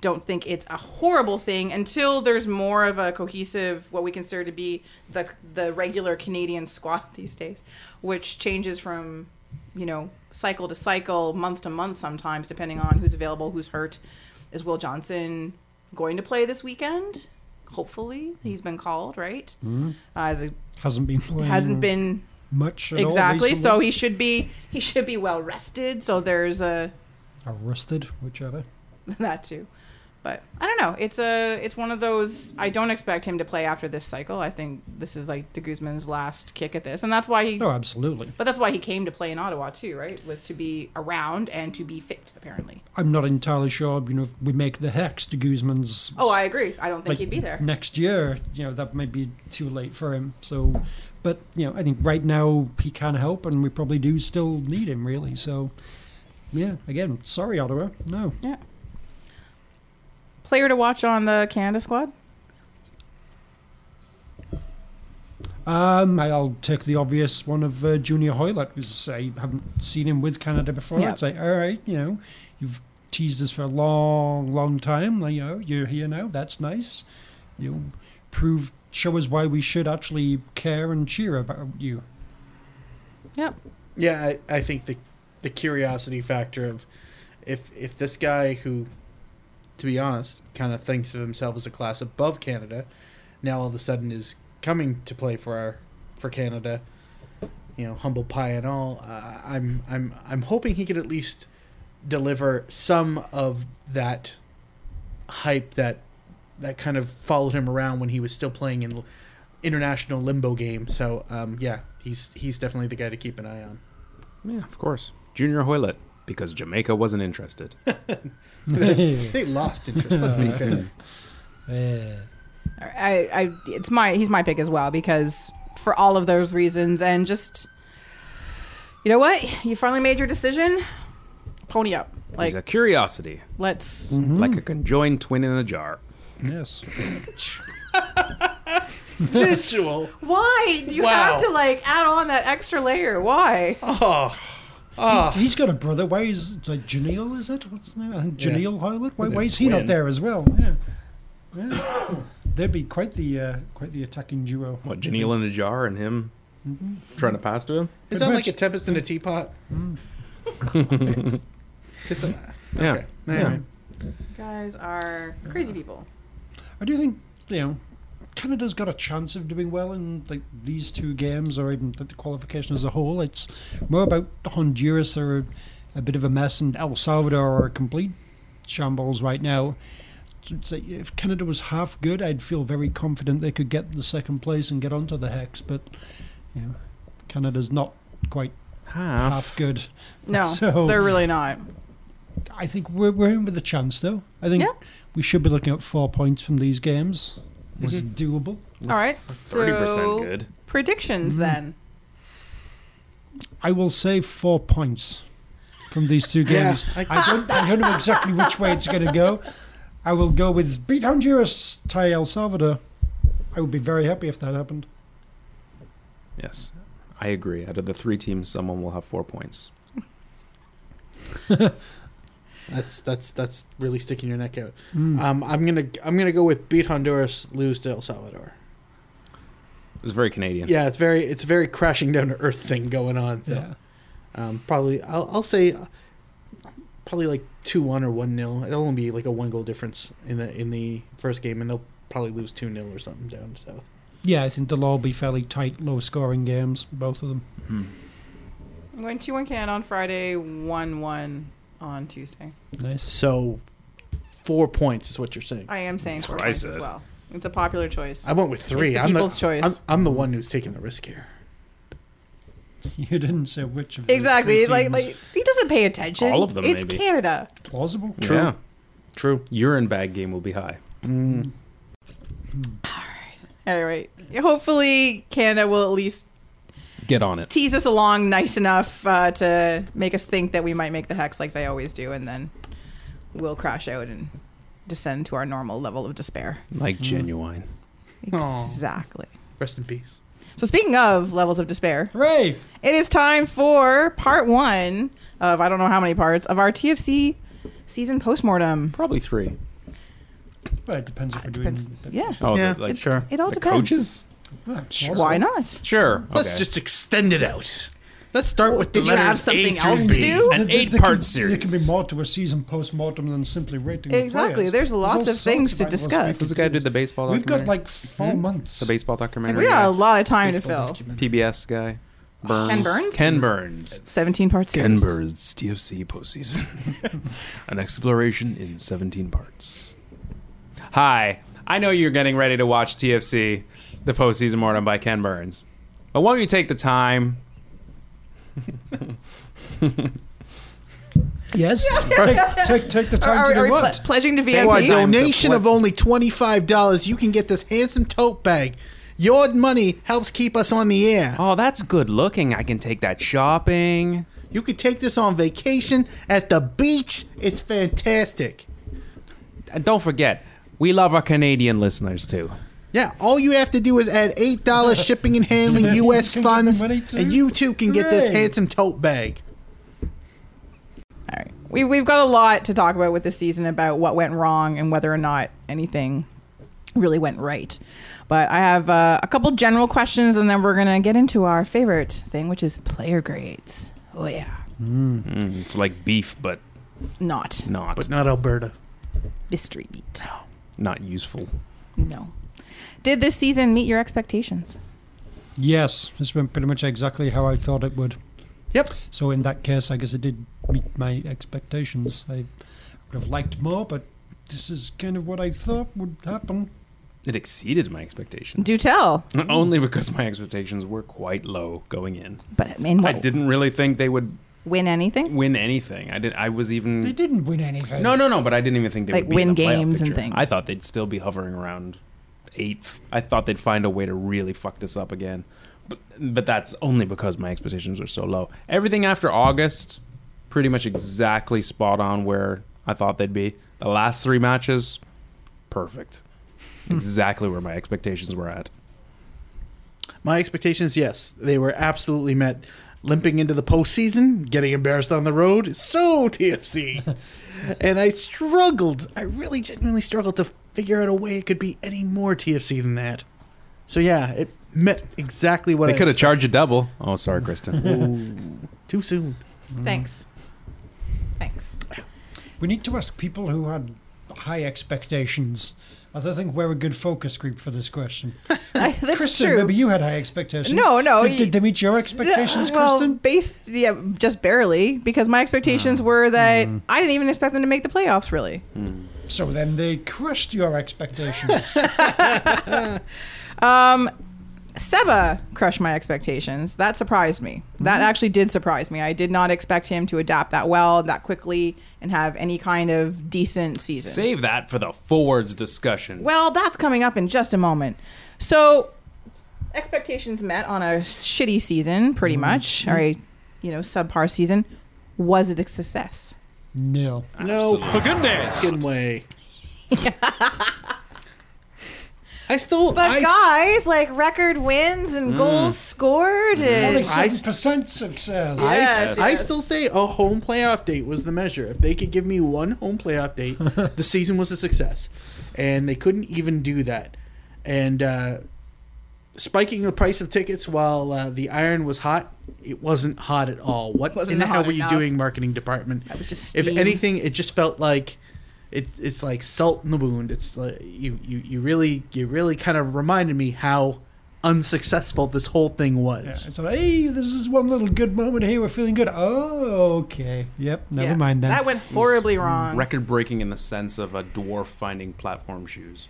C: don't think it's a horrible thing until there's more of a cohesive what we consider to be the the regular Canadian squad *laughs* these days, which changes from, you know, cycle to cycle, month to month sometimes depending on who's available, who's hurt. Is Will Johnson going to play this weekend? Hopefully, he's been called, right? Uh, as a,
D: hasn't been playing
C: hasn't been
D: much at all
C: exactly, so
D: recently.
C: he should be he should be well rested. So there's a
D: arrested, whichever.
C: *laughs* that too. But I don't know. It's a it's one of those I don't expect him to play after this cycle. I think this is like De Guzman's last kick at this. And that's why he
D: Oh, absolutely.
C: but that's why he came to play in Ottawa too, right? Was to be around and to be fit apparently.
D: I'm not entirely sure. You know, if we make the hex to Guzman's.
C: Oh, I agree. I don't think
D: like,
C: he'd be there.
D: next year. You know, that might be too late for him. So, but you know, I think right now he can help, and we probably do still need him really. So, yeah, again, sorry, Ottawa. No,
C: Yeah. Player to watch on the Canada squad?
D: um, I'll take the obvious one of uh, Junior Hoylett because I haven't seen him with Canada before.
C: Yeah.
D: I'd say, all right, you know, you've teased us for a long, long time. Like, you know, you're here now. That's nice. You know, prove, show us why we should actually care and cheer about you.
C: Yep.
B: Yeah, I, I think the the curiosity factor of if if this guy who, to be honest, kind of thinks of himself as a class above Canada, now all of a sudden is coming to play for our for Canada, you know, humble pie and all. Uh, I'm I'm I'm hoping he could at least deliver some of that hype that that kind of followed him around when he was still playing in l- international limbo game. So um, yeah, he's he's definitely the guy to keep an eye on.
A: Yeah, of course. Junior Hoylett, because Jamaica wasn't interested.
B: They lost interest. Let's be fair.
C: I, I it's my he's my pick as well because for all of those reasons and just you know what you finally made your decision pony up like
A: He's a curiosity,
C: let's
A: like a conjoined twin in a jar.
D: Yes.
K: Visual.
C: why do you
B: Wow.
C: have to like add on that extra layer why
D: He's got a brother. Why is like Janelle? Is it? What's his name? I think Janelle Howlett. Why, why is he not
A: twin.
D: there as well? Yeah. yeah. *coughs* They'd be quite the uh, quite the attacking duo.
A: What, Janelle in a jar and him trying to pass to him?
B: that
D: Pretty
B: like
D: much.
B: a tempest in a teapot?
A: *laughs*
K: It's a,
A: Mm. Yeah.
K: anyway.
C: you guys are crazy people
D: I do think you know Canada's got a chance of doing well in like these two games or even the qualification as a whole. It's more about Honduras are a bit of a mess and El Salvador are a complete shambles right now. So it's like, if Canada was half good, I'd feel very confident they could get the second place and get onto the hex. But you know, Canada's not quite
A: Half.
D: half good.
A: *laughs*
C: no
D: So-
C: they're really not
D: I think we're, we're in with a chance, though. I think
C: Yeah.
D: we should be looking at four points from these games. This is doable.
C: all right so
A: 30% good. Mm-hmm.
C: predictions then
D: I will say four points from these two games. I, don't, I don't know exactly which way it's going to go. I will go with beat Honduras, tie El Salvador. I would be very happy if that happened.
A: Yes. I agree. Out of the three teams, someone will have four points.
B: That's that's that's really sticking your neck out.
C: Hmm.
B: Um, I'm gonna I'm gonna go with beat Honduras, lose to El Salvador.
A: It's very Canadian.
B: Yeah, it's very it's very crashing down to earth thing going on. So
D: Yeah.
B: um, probably I'll, I'll say uh, probably like two one or one 0 It'll only be like a one goal difference in the in the first game, and they'll probably lose two 0 or something down south.
D: yeah, I think they'll all be fairly tight, low scoring games, both of them.
C: i'm going 2-1 can on friday 1-1 on tuesday
D: Nice.
B: So four points is what you're saying.
C: i am saying
A: That's
C: four
A: what I
C: points as
A: said.
C: well it's a popular choice
B: I went with three.
C: It's the
B: I'm
C: people's choice.
B: I'm, I'm the one who's taking the risk here.
D: *laughs* You didn't say which of these
C: Exactly.
D: three
C: Like,
D: teams.
C: like he doesn't pay attention.
A: All of them,
C: It's
A: maybe.
C: Canada.
D: plausible.
A: True.
B: True.
A: Urine bag game will be high.
C: All right. Hopefully, Canada will at least
A: Get on it.
C: tease us along nice enough uh, to make us think that we might make the hex like they always do, and then we'll crash out and descend to our normal level of despair.
B: Hmm.
A: Like genuine.
B: Aw.
C: Exactly.
B: Rest in peace.
C: So, speaking of levels of despair,
D: Hooray!
C: it is time for part one of I don't know how many parts of our TFC season postmortem.
A: Probably three.
D: Well, it depends if we're
C: It depends.
D: doing.
C: Yeah.
A: Oh,
B: Yeah,
A: the, like,
B: sure.
C: It all
A: the
C: depends.
A: coaches?
D: Well,
C: Why not?
A: Sure.
B: Let's
A: okay.
B: just extend it out. Let's start with the
C: Did you have
B: letters A
C: something
B: through
C: else to
B: B.
C: do?
A: An
D: There- there-
A: eight
D: there
A: part
D: can- There can be
A: series.
D: more to a season post mortem than simply rating. the
C: Exactly.
D: players.
C: There's lots
D: all
C: of
D: sorts
C: things to
D: about what's
C: discuss.
D: we could
A: Who's the guy who
D: do.
A: did the baseball
D: We've got
A: documentary? Hmm?
D: like 4 months.
A: the baseball documentary.
C: We got a lot of time to
B: Baseball
C: fill.
B: document.
A: PBS guy. Burns.
C: Ken Burns?
A: Ken Burns.
C: 17 part
A: Ken
C: series.
A: Burns, TFC postseason. *laughs* An exploration in 17 parts. Hi, I know you're getting ready to watch TFC, the postseason mortem by Ken Burns. But why don't you take the time?
C: *laughs*
D: Yes. take, take, take the
C: Are,
D: time
C: are,
D: to do
C: are we
D: what?
C: ple- pledging to
A: Take our
C: VIP?
A: time.
B: Donation
A: What-
B: of only $25, you can get this handsome tote bag. Your money helps keep us on the air.
A: Oh, that's good looking. I can take that shopping.
B: You can take this on vacation at the beach. It's fantastic.
A: And don't forget, we love our Canadian listeners too.
B: Yeah, all you have to do is add $8 shipping and *laughs* handling
D: You
B: US
D: can give them
B: funds,
D: money too?
B: and you too can get this
D: Hooray.
B: handsome tote bag.
C: All right. We, we've got a lot to talk about with this season about what went wrong and whether or not anything really went right. But I have uh, a couple general questions and then we're going to get into our favorite thing, which is player grades. Oh, yeah.
A: Hmm, It's like beef, but
C: Not
A: not
B: But not Alberta.
C: mystery meat.
A: not useful.
C: No. Did this season meet your expectations?
D: Yes. This went pretty much exactly how I thought it would.
B: Yep.
D: So in that case, I guess it did meet my expectations. I would have liked more, but this is kind of what I thought would happen.
A: It exceeded my expectations. *laughs*
C: Do tell.
A: Only because my expectations were quite low going in.
C: But I mean,
A: I
C: what,
A: didn't really think they would
C: win anything?
A: win anything. I did. I was even
D: They didn't win anything.
A: Hmm. No, no, no. But I didn't even think they
C: Like,
A: would be in
C: win
A: the playoff
C: games and
A: picture.
C: things.
A: I thought they'd still be hovering around eighth. I thought they'd find a way to really fuck this up again. But but that's only because my expectations were so low. Everything after August, pretty much exactly spot on where I thought they'd be. The last three matches, perfect.
C: Hmm.
A: Exactly where my expectations were at.
B: My expectations, yes, they were absolutely met. Limping into the postseason, getting embarrassed on the road, so TFC. and I struggled. I really genuinely struggled to figure out a way it could be any more TFC than that. So yeah, it met exactly what
A: They
B: I
A: could have charged a double. Oh, sorry, *laughs* Kristen.
B: too soon.
D: Mm-hmm.
C: Thanks. Thanks. *laughs*
D: We need to ask people who had high expectations. I don't think we're a good focus group for this question.
C: I- that's
D: Kristen,
C: true.
D: maybe you had high expectations.
C: No, no,
D: Did,
C: y-
D: did they meet your expectations,
C: Yeah, well,
D: Kristen?
C: based yeah, just barely because my expectations were that I didn't even expect them to make the playoffs. Really,
D: So then they crushed your
C: *laughs*
D: expectations.
C: Seba crushed my expectations. That surprised me. That actually did surprise me. I did not expect him to adapt that well, that quickly, and have any kind of decent season.
A: Save that for the forwards discussion.
C: Well, that's coming up in just a moment. So, expectations met on a shitty season, pretty much, or a you know subpar season. Was it a success?
D: no.
A: Oh,
B: No fucking way. I still,
C: But
B: I,
C: guys, like record wins and goals scored. And
D: Only 7% success.
B: I,
C: Yes,
B: I
C: yes.
B: still say a home playoff date was the measure. If they could give me one home playoff date, the season was a success, and they couldn't even do that. And uh, spiking the price of tickets while uh, the iron was hot, it wasn't hot at all. What
C: Wasn't
B: in the hell
C: hot
B: were you
C: enough.
B: doing, marketing department?
C: was just
B: if
C: steam.
B: anything, it just felt like. It, it's like salt in the wound. It's like you, you, you really you really kind of reminded me how unsuccessful this whole thing was.
D: Yeah, it's like, hey, this is one little good moment here. We're feeling good. Oh, okay. Yep, never
C: Yeah,
D: mind then.
C: That went horribly wrong.
A: Record breaking in the sense of a dwarf finding platform shoes.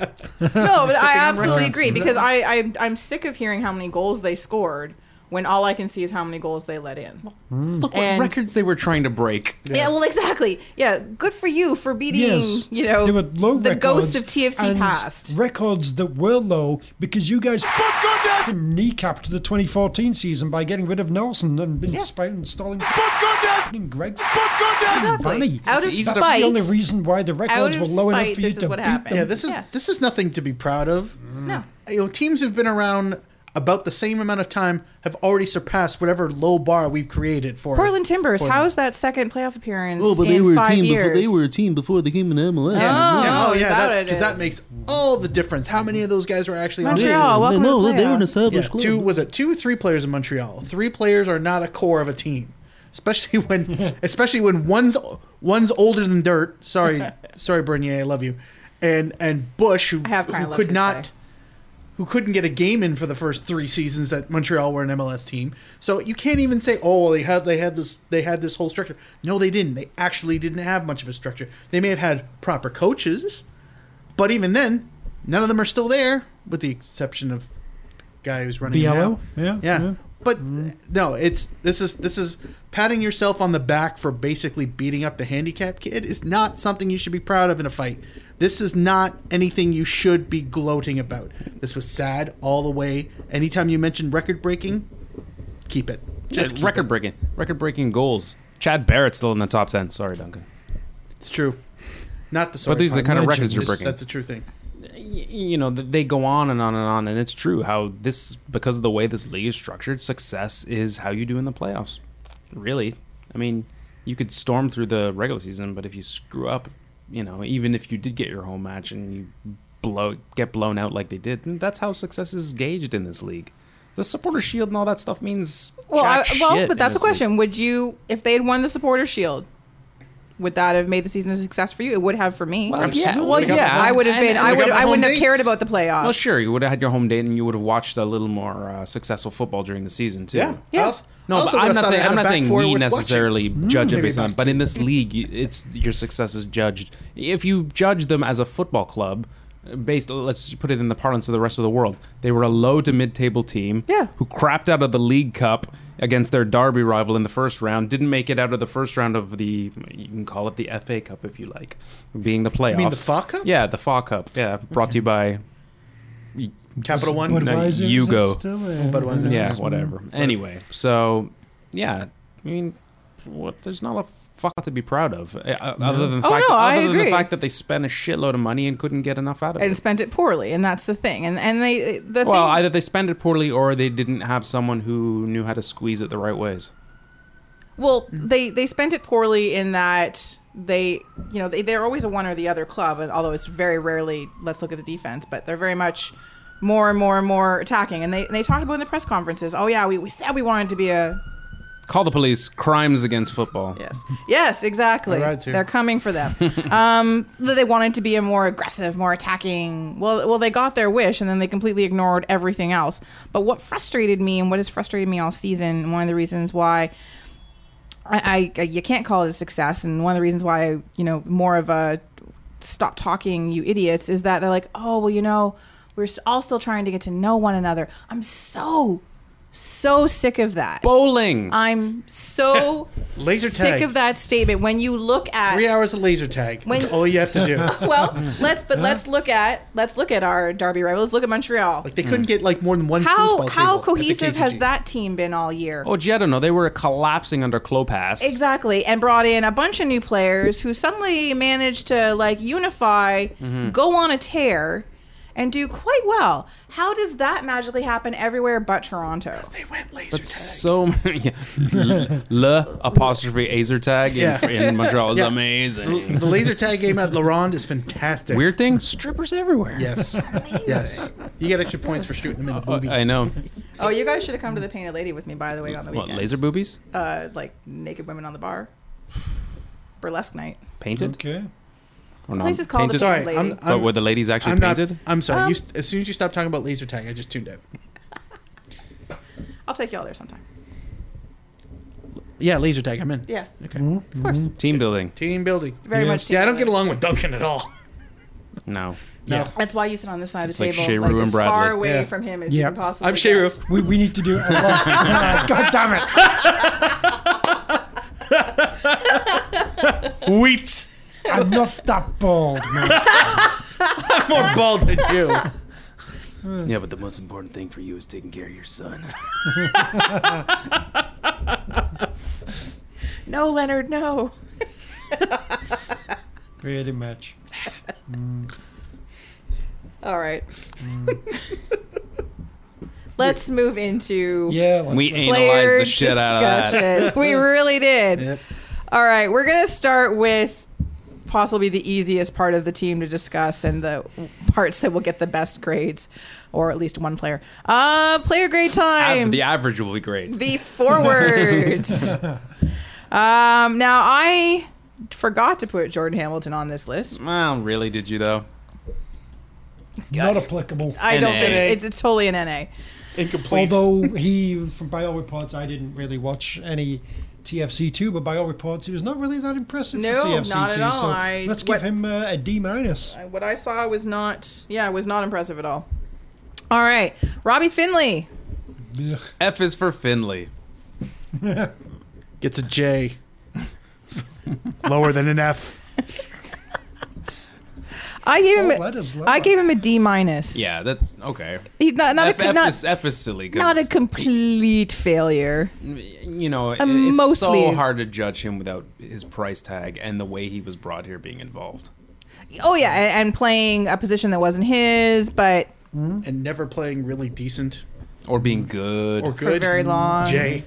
C: no, but I absolutely
D: records.
C: agree because I, I I'm sick of hearing how many goals they scored when all I can see is how many goals they let in.
D: Mm.
A: Look what
C: And-
A: records they were trying to break.
C: Yeah, well, exactly. Yeah, good for you for beating.
D: Yes,
C: You know,
D: there were low
C: the
D: records
C: ghost of TFC
D: and
C: past.
D: records that were low because you guys fucking kneecapped the 2014 season by getting rid of Nelson and been
C: Yeah.
D: sp- installing fucking Greg fucking Vanny.
C: Out of
A: It's easy to-
C: spite.
D: That's the only reason why the records
C: of
D: were low enough
C: spite,
D: for you
C: this is
D: to
C: what
D: beat
C: happened.
B: Yeah,
D: them.
B: this is
C: Yeah.
B: this is nothing to be proud of.
C: No.
B: You know, teams have been around about the same amount of time have already surpassed whatever low bar we've created for
C: Portland Timbers.
B: Portland.
C: How is that second playoff appearance
J: Oh, but
C: in
J: they were a
C: five
J: team
C: years?
J: before they were a team before they came in MLS.
C: Oh,
B: yeah, oh
C: is
B: yeah,
C: that
B: that,
C: what it
B: 'cause
C: is?
B: that makes all the difference. How many of those guys were actually on?
J: Yeah,
C: Montreal.
J: yeah,
C: welcome
J: no,
C: to the
J: they were an
C: playoffs.
B: Yeah,
J: established club.
B: two was it two three players in Montreal. Three players are not a core of a team, especially when especially when one's one's older than dirt. Sorry, sorry, Bernier, I love you, and and Bush who,
C: I have kinda
B: who
C: loved
B: could
C: his
B: not
C: play.
B: who couldn't get a game in for the first three seasons that Montreal were an MLS team. So you can't even say, oh, they had they had this they had this whole structure. No, they didn't. They actually didn't have much of a structure. They may have had proper coaches, but even then, none of them are still there, with the exception of the guy who's running it
D: Biello?
B: now.
D: Yeah,
B: yeah. Mm-hmm.
D: yeah.
B: But uh, no, it's this is this is patting yourself on the back for basically beating up the handicap kid is not something you should be proud of in a fight. This is not anything you should be gloating about. This was sad all the way. Anytime you mention record breaking, keep it. Just
A: Just
B: keep
A: record
B: it.
A: breaking. Record breaking goals. Chad Barrett's still in the top 10. Sorry, Duncan.
B: It's true. Not the sorry.
A: But these are the
B: part.
A: kind of
D: mentioned
A: records you're
D: this-
A: breaking.
B: That's a true thing.
A: Y- you know, th- they go on and on and on. And it's true how this, because of the way this league is structured, success is how you do in the playoffs. Really. I mean, you could storm through the regular season, but if you screw up, you know, even if you did get your home match and you blow get blown out like they did, then that's how success is gauged in this league. The supporter shield and all that stuff means
C: Well, I,
A: jack shit
C: well,
A: in
C: but that's a
A: this league.
C: question. Would you, if they had won the Supporter Shield, would that have made the season a success for you? It would have for me.
A: Well,
C: Absolutely.
A: yeah, well,
B: They got
A: yeah.
B: the home-
C: I would have been. I
B: they got
C: would.
B: the
C: I
B: home
C: wouldn't have cared
B: dates.
C: about the playoffs.
A: Well, sure, you would have had your home date, and you would have watched a little more uh, successful football during the season too.
B: Yeah.
C: Yeah.
B: I also- I
A: No,
B: also
A: but I'm
B: would've
A: not
B: thought I
A: saying
B: had
A: I'm
B: a
A: not
B: back
A: saying
B: four
A: we
B: worth watching.
A: necessarily judge it
B: maybe
A: based on.
B: not.
A: But in this league, you- it's your success is judged. If you judge them as a football club, uh, based let's put it in the parlance of the rest of the world, they were a low to mid table team.
C: Yeah.
A: Who crapped out of the League Cup against their Derby rival in the first round. Didn't make it out of the first round of the you can call it the FA Cup if you like, being the playoffs.
B: mean the FA Cup?
A: Yeah, the FA Cup. Yeah, brought to you by y-
B: Capital One?
A: No,
D: Budweiser, is it
A: Yugo.
D: still
B: Oh, Budweiser.
A: Yeah, whatever. Anyway, so yeah, I mean, what? There's not a fuck to be proud of, uh, uh, other than the
C: Oh,
A: fact,
C: no,
A: other
C: I
A: than
C: agree.
A: the fact that they spent a shitload of money and couldn't get enough out of
C: and
A: it.
C: spent it poorly, and that's the thing. And and they the
A: Well,
C: thing,
A: either they spent it poorly or they didn't have someone who knew how to squeeze it the right ways.
C: Well, they they spent it poorly in that they you know they they're always a one or the other club, and although it's very rarely let's look at the defense, but they're very much more and more and more attacking. And they they talked about in the press conferences. Oh yeah, we, we said we wanted to be a
A: Call the police. Crimes against football.
C: yes yes exactly.
B: All right, sir.
C: They're coming for them. *laughs* um, that they wanted to be a more aggressive, more attacking. Well, well they got their wish, and then they completely ignored everything else. But what frustrated me, and what has frustrated me all season, and one of the reasons why. I, I you can't call it a success, and one of the reasons why you know more of a stop talking, you idiots, is that they're like, oh well, you know, we're s- all still trying to get to know one another. I'm so so sick of that.
A: Bowling.
C: I'm so
B: *laughs* Laser
C: sick
B: tag.
C: of that statement. When you look at
B: Three hours of laser tag.
C: When-
B: That's all you have to do.
C: *laughs*
B: *laughs*
C: well, let's but let's look at let's look at our Derby rival. Let's look at Montreal.
B: Like they couldn't get like more than one
C: how
B: foosball table
C: how
B: at the
C: cohesive has
B: KTG.
C: that team been all year?
A: oh, gee, I don't know. They were collapsing under Clopas.
C: Exactly, and brought in a bunch of new players who suddenly managed to like unify,
B: Mm-hmm.
C: go on a tear, and do quite well. How does that magically happen everywhere but Toronto?
B: They went laser
A: That's
B: tag.
A: so *laughs* many. L- Le apostrophe Azer tag in,
B: Yeah.
A: in Montreal is
B: Yeah.
A: amazing.
B: The laser tag game at LaRonde is fantastic.
A: Weird thing, strippers everywhere.
B: Yes. yes. You get extra points for shooting them in the boobies.
A: Uh, I know.
C: Oh, you guys should have come to the Painted Lady with me, by the way, on the
A: What,
C: weekend.
A: laser boobies?
C: Uh, like naked women on the bar, burlesque night.
A: Painted?
D: Okay.
A: Or
C: The
A: not
C: place is called the
A: painted?
B: Sorry,
C: Painted Lady.
B: I'm,
A: But
B: I'm,
A: were the ladies actually
B: I'm not.
A: painted?
B: I'm sorry.
C: Um,
B: you, st- as soon as you stop talking about laser tag, I just tuned out.
C: I'll take y'all there sometime.
B: Yeah, laser tag. I'm in.
C: Yeah,
B: Okay.
C: of course.
A: Team building.
B: Team building.
C: Very
D: Yeah.
C: much.
B: Yeah, I don't get
C: together.
B: along with Duncan at all.
A: No.
B: No.
C: That's why you sit on this side
A: It's
C: of the
A: like
C: table,
A: Sheru
C: like
A: and
C: as
A: Bradley.
C: far away
B: Yeah.
C: from him as
D: Yeah.
C: you can possibly.
B: I'm Shiru.
D: We, we need to do. A lot. *laughs* God damn it!
B: Wheat.
D: I'm not that bald, man.
B: *laughs* More bald than you.
A: *laughs* Yeah, but the most important thing for you is taking care of your son.
C: get. No, Leonard, no.
D: Pretty much.
C: All right. *laughs* Let's move into
D: Yeah. like-
A: we analyzed
C: player
A: the shit out of that.
C: discussion. *laughs* we really did.
B: Yep.
C: All right, we're gonna start with possibly the easiest part of the team to discuss and the parts that will get the best grades, or at least one player. Uh, player grade time.
A: Av- the average will be great. *laughs*
C: the forwards. um, now I forgot to put Jordan Hamilton on this list.
A: Well, really, did you though?
D: Not applicable.
C: I don't
A: NA.
C: think it's, it's totally an NA.
B: Incomplete.
D: Although he, from by all reports, I didn't really watch any TFC two, but by all reports, he was not really that impressive
C: No,
D: for TFC
C: not at
D: two.
C: all.
D: So
C: I-
D: let's
C: what-
D: give him uh, a D minus.
C: What I saw was not, yeah, was not impressive at all. All right, Robbie Finley.
D: Ugh.
A: F is for Finley.
B: Gets a J. *laughs* Lower than an F.
C: I gave
B: Oh,
C: him.
D: Four letters lower.
C: I gave him a D minus.
A: Yeah, that's okay.
C: he's not not
A: F,
C: a
A: F
C: not,
A: is, F is silly. 'cause,
C: not a complete failure.
A: you know, it-
C: I'm
A: it's
C: mostly-
A: so hard to judge him without his price tag and the way he was brought here being involved.
C: Oh yeah, and, and playing a position that wasn't his, but
B: And never playing really decent
A: Mm. Or being good.
B: or
C: for
B: good.
C: very
I: Mm,
C: long.
B: J.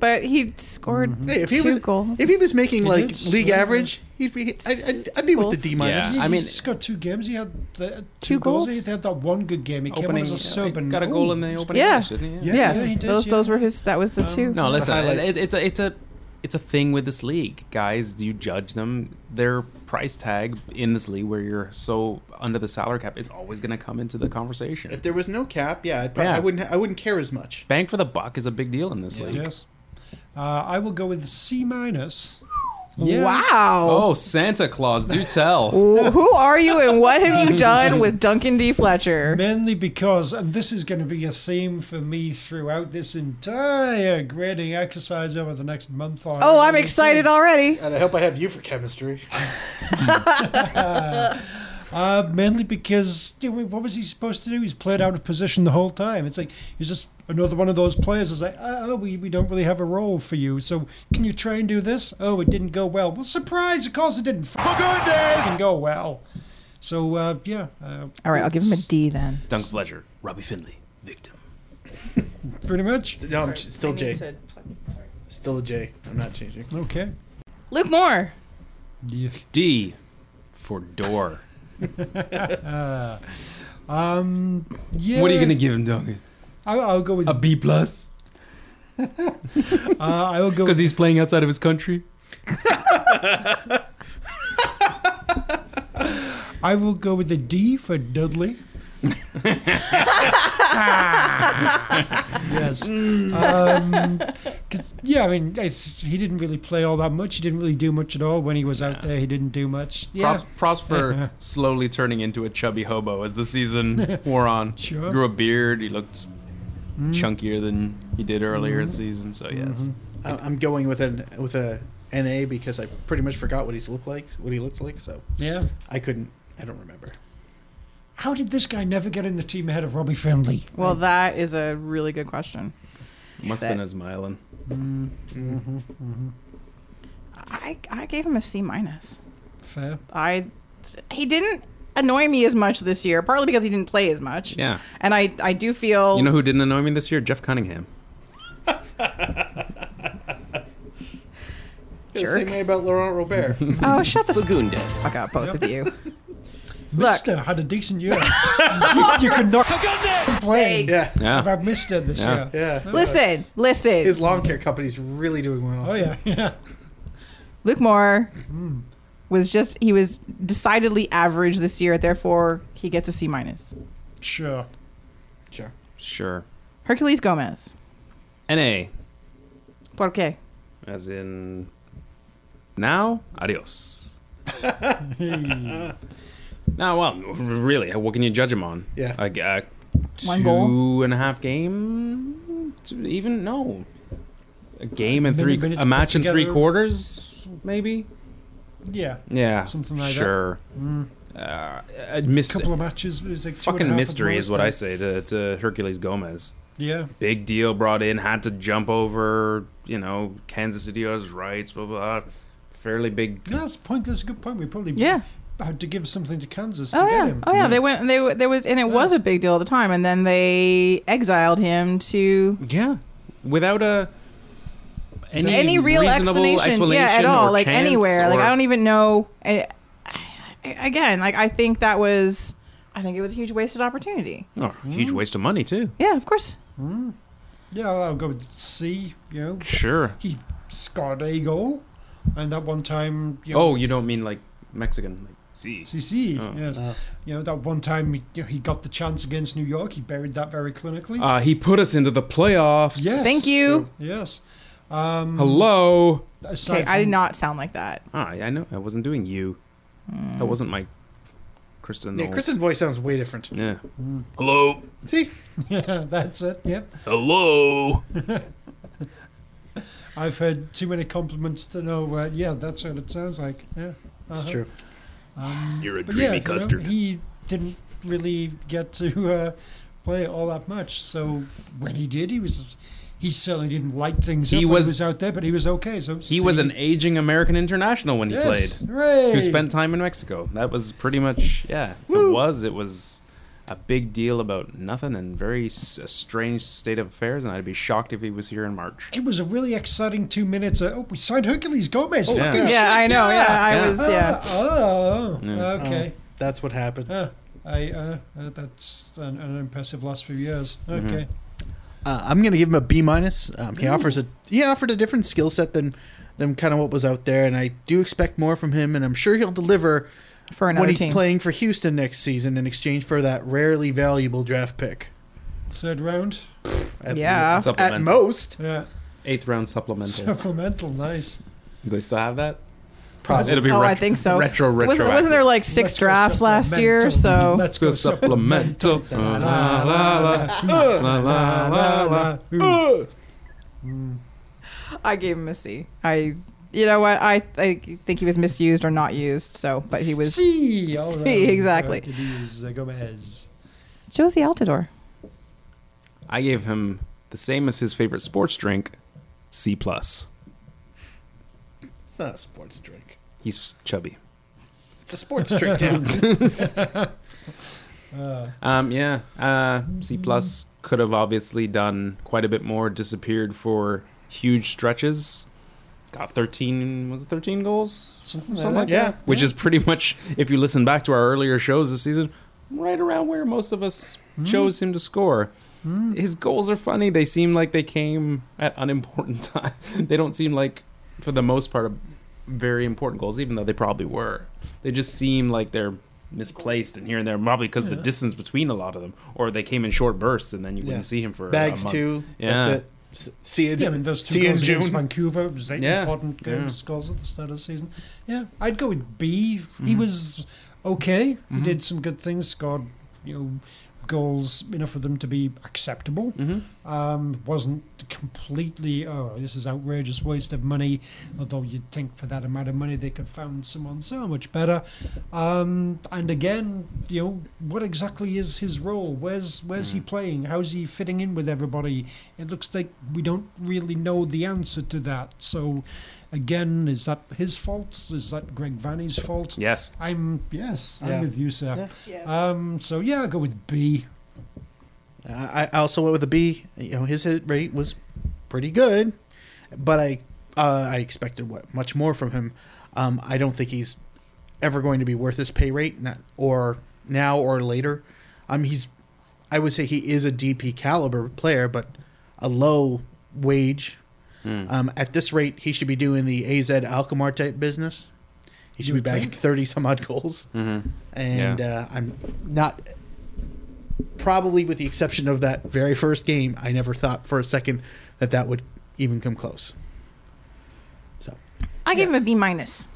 C: But he scored
B: Hey, if he
C: two
B: was
C: goals.
B: if he was making like
D: did
B: league
D: score.
B: average, he'd be. I, I'd, I'd be with the D minus.
A: Yeah, I mean-
D: he's got two games. He had the, uh,
C: Two
D: two, goals.
C: goals?
D: He had that one good game. He came on as a sub and
A: got a goal in the opening.
C: Yeah.
A: match, didn't he? Um,
D: Yeah.
C: yes,
D: he did,
C: those
D: yeah.
C: those were his. That was the two.
A: No, listen.
B: highlight.
A: It, it's a it's a it's a thing with this league, guys. You judge them. Their price tag in this league, where you're so under the salary cap, is always going to come into the
B: If
A: conversation.
B: there was no cap, yeah, I'd probably,
A: Yeah.
B: I wouldn't. I wouldn't care as much.
A: Bang for the buck is a big deal in this league.
D: Yes. Uh, I will go with C minus
C: Wow.
A: Oh, Santa Claus, *laughs* do tell.
C: Wh- *laughs* Who are you and what have *laughs* you done with Duncan D. Fletcher?
D: Mainly because, and this is going to be a theme for me throughout this entire grading exercise over the next month or
C: Oh, I'm
D: whatever it
C: excited
D: takes.
C: already.
I: And I hope I have you for chemistry.
D: Uh, mainly because you know, what was he supposed to do? He's played out of position the whole time. It's like he's just another one of those players. It's like, oh, we, we don't really have a role for you. So can you try and do this? Oh, it didn't go well. Well, surprise! Of course, it didn't. F- good days go well. So uh, yeah, uh,
C: All right, I'll give him a D then.
A: Dunk Fletcher, Robbie Finley, victim.
D: pretty much.
I: No, I'm j- still J. Still a J. I'm not changing.
D: Okay.
C: Luke Moore.
D: Yeah.
A: D for door.
D: Um. Yeah.
A: What are you gonna give him, Duncan?
D: I'll, I'll go with.
A: A B plus?
D: uh, I will go.
A: Because
D: With,
A: he's playing outside of his country.
D: I will go with the D for Dudley. *laughs* Ah. yes. Um 'cause yeah, I mean, it's, he didn't really play all that much. He didn't really do much at all when he was out there. He didn't do much. Yeah.
A: Props, props *laughs* for slowly turning into a chubby hobo as the season wore on. *laughs*
D: Sure.
A: Grew a beard. He looked Mm-hmm. chunkier than he did earlier in the season. So yes,
I: I- I'm going with an with a NA because I pretty much forgot what he's looked like, what he looked like. So
D: Yeah.
I: I couldn't. I don't remember.
D: How did this guy never get in the team ahead of Robbie Finley?
C: Well, that is a really good question.
A: must have been his myelin.
C: I I gave him a C minus.
D: Fair.
C: I he didn't annoy me as much this year, partly because he didn't play as much.
A: Yeah.
C: And I I do feel
A: You know who didn't annoy me this year? Jeff Cunningham.
I: Feel the
C: Jerk.
I: Same way about Laurent Robert.
C: oh shut the
F: Lagoon Desk.
C: fuck up both of *laughs* you.
D: Mister had a decent
I: *laughs*
D: year. you, you could not complain
I: yeah,
A: Yeah.
D: about Mister this
A: Yeah.
D: year.
I: yeah.
C: Listen, listen.
I: His lawn care company's really doing well.
D: Oh yeah. Yeah. *laughs*
C: Luke Moore was just he was decidedly average this year, therefore he gets a C minus.
D: Sure.
I: Sure.
A: Sure.
C: Hercules Gomez.
A: Na,
C: Por qué?
A: as in now. Adios.
D: Hey.
A: No, well, r- really, what can you judge him on?
I: Yeah.
A: I g- uh,
C: One goal?
A: two and a half game, Two- even no, a game and
D: Many
A: three,
D: minutes
A: a match
D: put
A: and three
D: together.
A: quarters, maybe.
D: Yeah.
A: Yeah,
D: Something like that. Mm.
A: sure. that. Sure. Uh, a mis-
D: couple of matches. It was like two and a
A: fucking
D: half
A: mystery is
D: hours
A: what
D: then.
A: I say to, to Hercules Gomez.
D: Yeah.
A: Big deal brought in, had to jump over, you know, Kansas City on his rights, blah blah. blah. Fairly big.
D: No, that's a point. That's a good point. We probably
C: Yeah.
D: had to give something to Kansas to
C: Oh
D: get
C: yeah.
D: him.
C: Oh yeah. They went they there was and it was a big deal at the time and then they exiled him to
A: Yeah, without a any,
C: any real
A: reasonable
C: explanation, yeah at
A: explanation
C: all
A: or
C: like
A: chance
C: anywhere like
A: or-
C: i don't even know I, I- again like i think that was i think it was a huge wasted opportunity
A: Oh, huge
C: Hmm?
A: waste of money too.
C: yeah of course
D: Yeah, I'll go with C. You know,
A: Sure.
D: he scored a goal, and that one time. You know,
A: Oh, you don't mean like Mexican, like see.
D: CC.
A: Oh.
D: Yes.
I: Oh.
D: You know that one time he, you know, he got the chance against New York. He buried that very clinically.
A: Uh, he put us into the playoffs.
D: Yes.
C: thank you
D: yes. Um,
A: Hello.
D: aside
C: okay i did
D: from-
C: not sound like that
A: Ah, I know. I wasn't doing you.
C: Hmm.
A: That wasn't my Kristen.
I: Yeah,
A: Knowles.
I: Kristen's voice sounds way different.
A: Yeah. Hello.
I: See,
D: *laughs* Yeah, that's it. Yep.
A: Hello.
D: I've heard too many compliments to know. Uh, yeah, that's what it sounds like. Yeah.
I: it's
D: Uh-huh.
I: true.
A: You're a
D: Um, But yeah, you know, he didn't really get to uh, play all that much. So when he did, he was he certainly didn't light things
A: He
D: up when
A: was-
D: he was out there, but he was okay. So
A: He was an aging American international when he
D: yes,
A: played.
D: Hooray!
A: Who spent time in Mexico. That was pretty much yeah. It was it was a big deal about nothing and very s- a strange state of affairs and I'd be shocked if he was here in March.
D: It was a really exciting two minutes. Uh, oh, we signed Hercules Gomez.
A: Oh, Yeah.
D: Fucking
C: yeah
D: shit,
C: i know yeah, i
A: Yeah.
C: was
D: Ah,
C: yeah
D: Oh,
A: Yeah.
D: okay.
I: Um, That's what
B: Uh-huh.
I: happened.
D: Ah, I uh, uh, that's an, an impressive last few years.
A: Mm-hmm.
D: Okay.
I: Uh, I'm gonna give him a B minus. Um, he offers a he offered a different skill set than than kind of what was out there, and I do expect more from him, and I'm sure he'll deliver
C: for
I: when
C: another
I: he's
C: team
I: playing for Houston next season in exchange for that rarely valuable draft pick.
D: Third round.
I: At-
C: yeah
A: Supplemental.
I: at most.
D: Yeah.
A: Eighth round supplemental.
D: Supplemental. Nice.
A: Do they still have that?
I: Probably.
A: It'll be
C: oh,
A: ret-
C: I think so.
A: retro-
C: Wasn't, wasn't there like 6
D: Let's go
C: drafts last year?
D: supplemental.
C: So
D: let's go supplement.
A: *laughs* supplemental. La,
D: Mm.
A: la, la, la, la, la, la, la.
C: I gave him a C. I, you know what? I, I think he was misused or not used. So, but he was
D: C. all
C: C,
D: right.
C: *laughs* exactly.
D: Hercules, uh, Gomez.
C: Josie Altador.
A: I gave him the same as his favorite sports drink, C plus.
B: It's not a sports drink.
A: He's chubby.
B: It's a sports
A: *laughs*
B: drink. Damn. it.
A: Um, yeah, uh, C plus could have obviously done quite a bit more. Disappeared for huge stretches. Got thirteen. Was it thirteen goals?
D: Something
A: Something
D: like
A: like
D: that.
B: yeah.
A: Which is pretty much, if you listen back to our earlier shows this season, right around where most of us
B: Hmm.
A: chose him to score. His goals are funny. They seem like they came at unimportant *laughs* time. They don't seem like, for the most part, very important goals, even though they probably were. They just seem like they're misplaced and here and there, probably because the distance between a lot of them, or they came in short bursts and then you
B: Yeah.
A: wouldn't see him for
B: Bags
A: a month.
B: too.
A: Yeah.
B: That's it. S- See you. in-
D: Yeah, I mean, those two
B: see you in
D: goals against
B: June.
D: Vancouver it was eight
A: Yeah,
D: important
A: yeah.
D: goals, goals at the start of the season. Yeah, I'd go with B.
B: Mm-hmm.
D: He was okay. He did some good things. Scored, you know, goals enough for them to be acceptable. Um, wasn't completely. Oh, this is outrageous waste of money. Although you'd think for that amount of money they could found someone so much better. Um, and again, you know, what exactly is his role? Where's where's he playing? How's he fitting in with everybody? It looks like we don't really know the answer to that. So, again, is that his fault? Is that Greg Vanny's fault?
A: Yes.
D: I'm yes,
B: Yeah.
D: I'm with you, sir.
B: Yeah.
D: Um, so yeah, I'll go with B.
B: I, I also went with a B. You know, his hit rate was pretty good, but I uh, I expected what much more from him. Um, I don't think he's ever going to be worth his pay rate, not, or now or later. Um, he's I would say he is a DP caliber player, but a low wage. Um, at this rate, he should be doing the AZ Alkmaar type business. He should
D: You
B: be
D: would
B: back
D: think.
B: thirty some odd goals, and uh, I'm not probably with the exception of that very first game, I never thought for a second that that would even come close. So,
C: I gave him a B minus.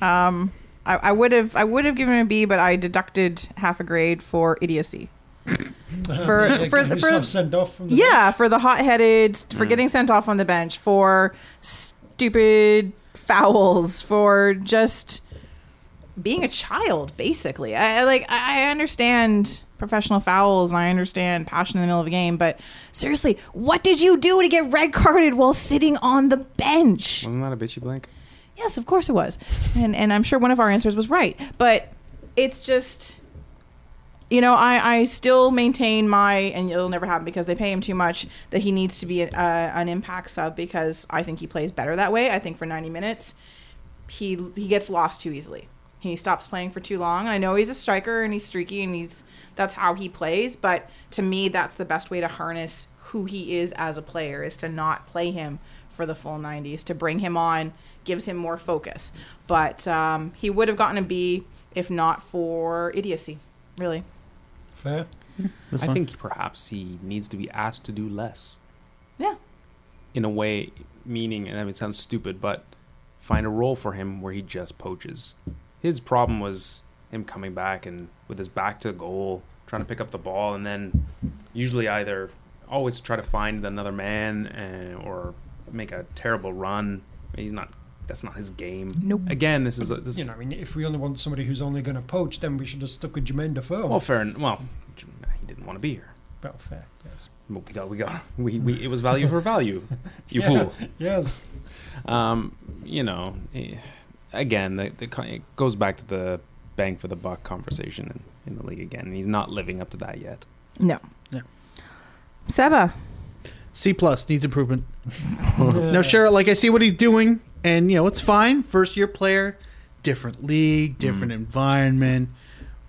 C: Um, I, I would have I would have given him a B, but I deducted half a grade for
D: *laughs*
C: idiocy. For
D: Yeah,
C: for
D: get
C: for,
D: yourself sent off from the
C: yeah for the hot headed for getting sent off on the bench for stupid fouls for just being a child basically. I I, like I I understand professional fouls and I understand passion in the middle of a game, but seriously, what did you do to get red carded while sitting on the bench?
A: Wasn't that a bitchy blank?
C: Yes, of course it was. And and I'm sure one of our answers was right. But it's just you know, I, I still maintain my, and it'll never happen because they pay him too much, that he needs to be an, uh, an impact sub because I think he plays better that way. I think for 90 minutes, he he gets lost too easily. He stops playing for too long. I know he's a striker and he's streaky and he's that's how he plays, but to me that's the best way to harness who he is as a player is to not play him for the full 90s. To bring him on gives him more focus. But um, he would have gotten a B if not for idiocy, really.
D: fair.
A: I think perhaps he needs to be asked to do less.
C: Yeah.
A: in a way, meaning, and I mean, it sounds stupid, but find a role for him where he just poaches. His problem was him coming back and with his back to goal, trying to pick up the ball, and then usually either always try to find another man and, or make a terrible run. He's not. That's not his game.
C: Nope.
A: Again, this is a, this.
D: You know, I mean, if we only want somebody who's only going to poach, then we should have stuck with Jermaine Defoe.
A: well, fair. en- Well, he didn't want to be here.
D: well fair. Yes.
A: We got. We got. We, we. It was value for value. You fool.
D: *laughs* Yes.
A: um, you know, eh, again, the, the co- it goes back to the bang for the buck conversation in, in the league again. And he's not living up to that yet.
C: No.
B: No.
C: Seba.
B: C plus needs improvement. no, sure. Like I see what he's doing, and you know it's fine. First year player, different league, different environment.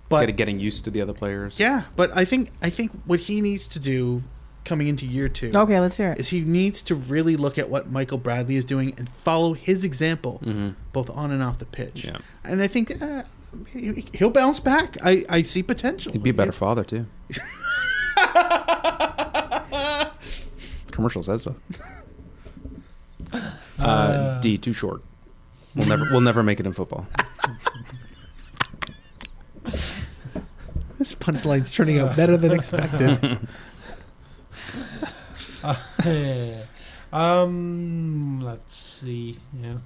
B: But
A: Get- getting used to the other players.
B: yeah, but I think I think what he needs to do coming into year two
C: Okay, let's hear it.
B: is he needs to really look at what Michael Bradley is doing and follow his example, both on and off the pitch.
A: Mm-hmm. Yeah.
B: And I think uh, he- he'll bounce back. I, I see potential.
A: He'd be a better father, *laughs* too. Commercial says so. Uh, D, too Uh, short. We'll never we'll never make it in football.
I: This punchline's turning out better than
A: *laughs*
I: expected.
D: Uh, um, let's see. Yeah.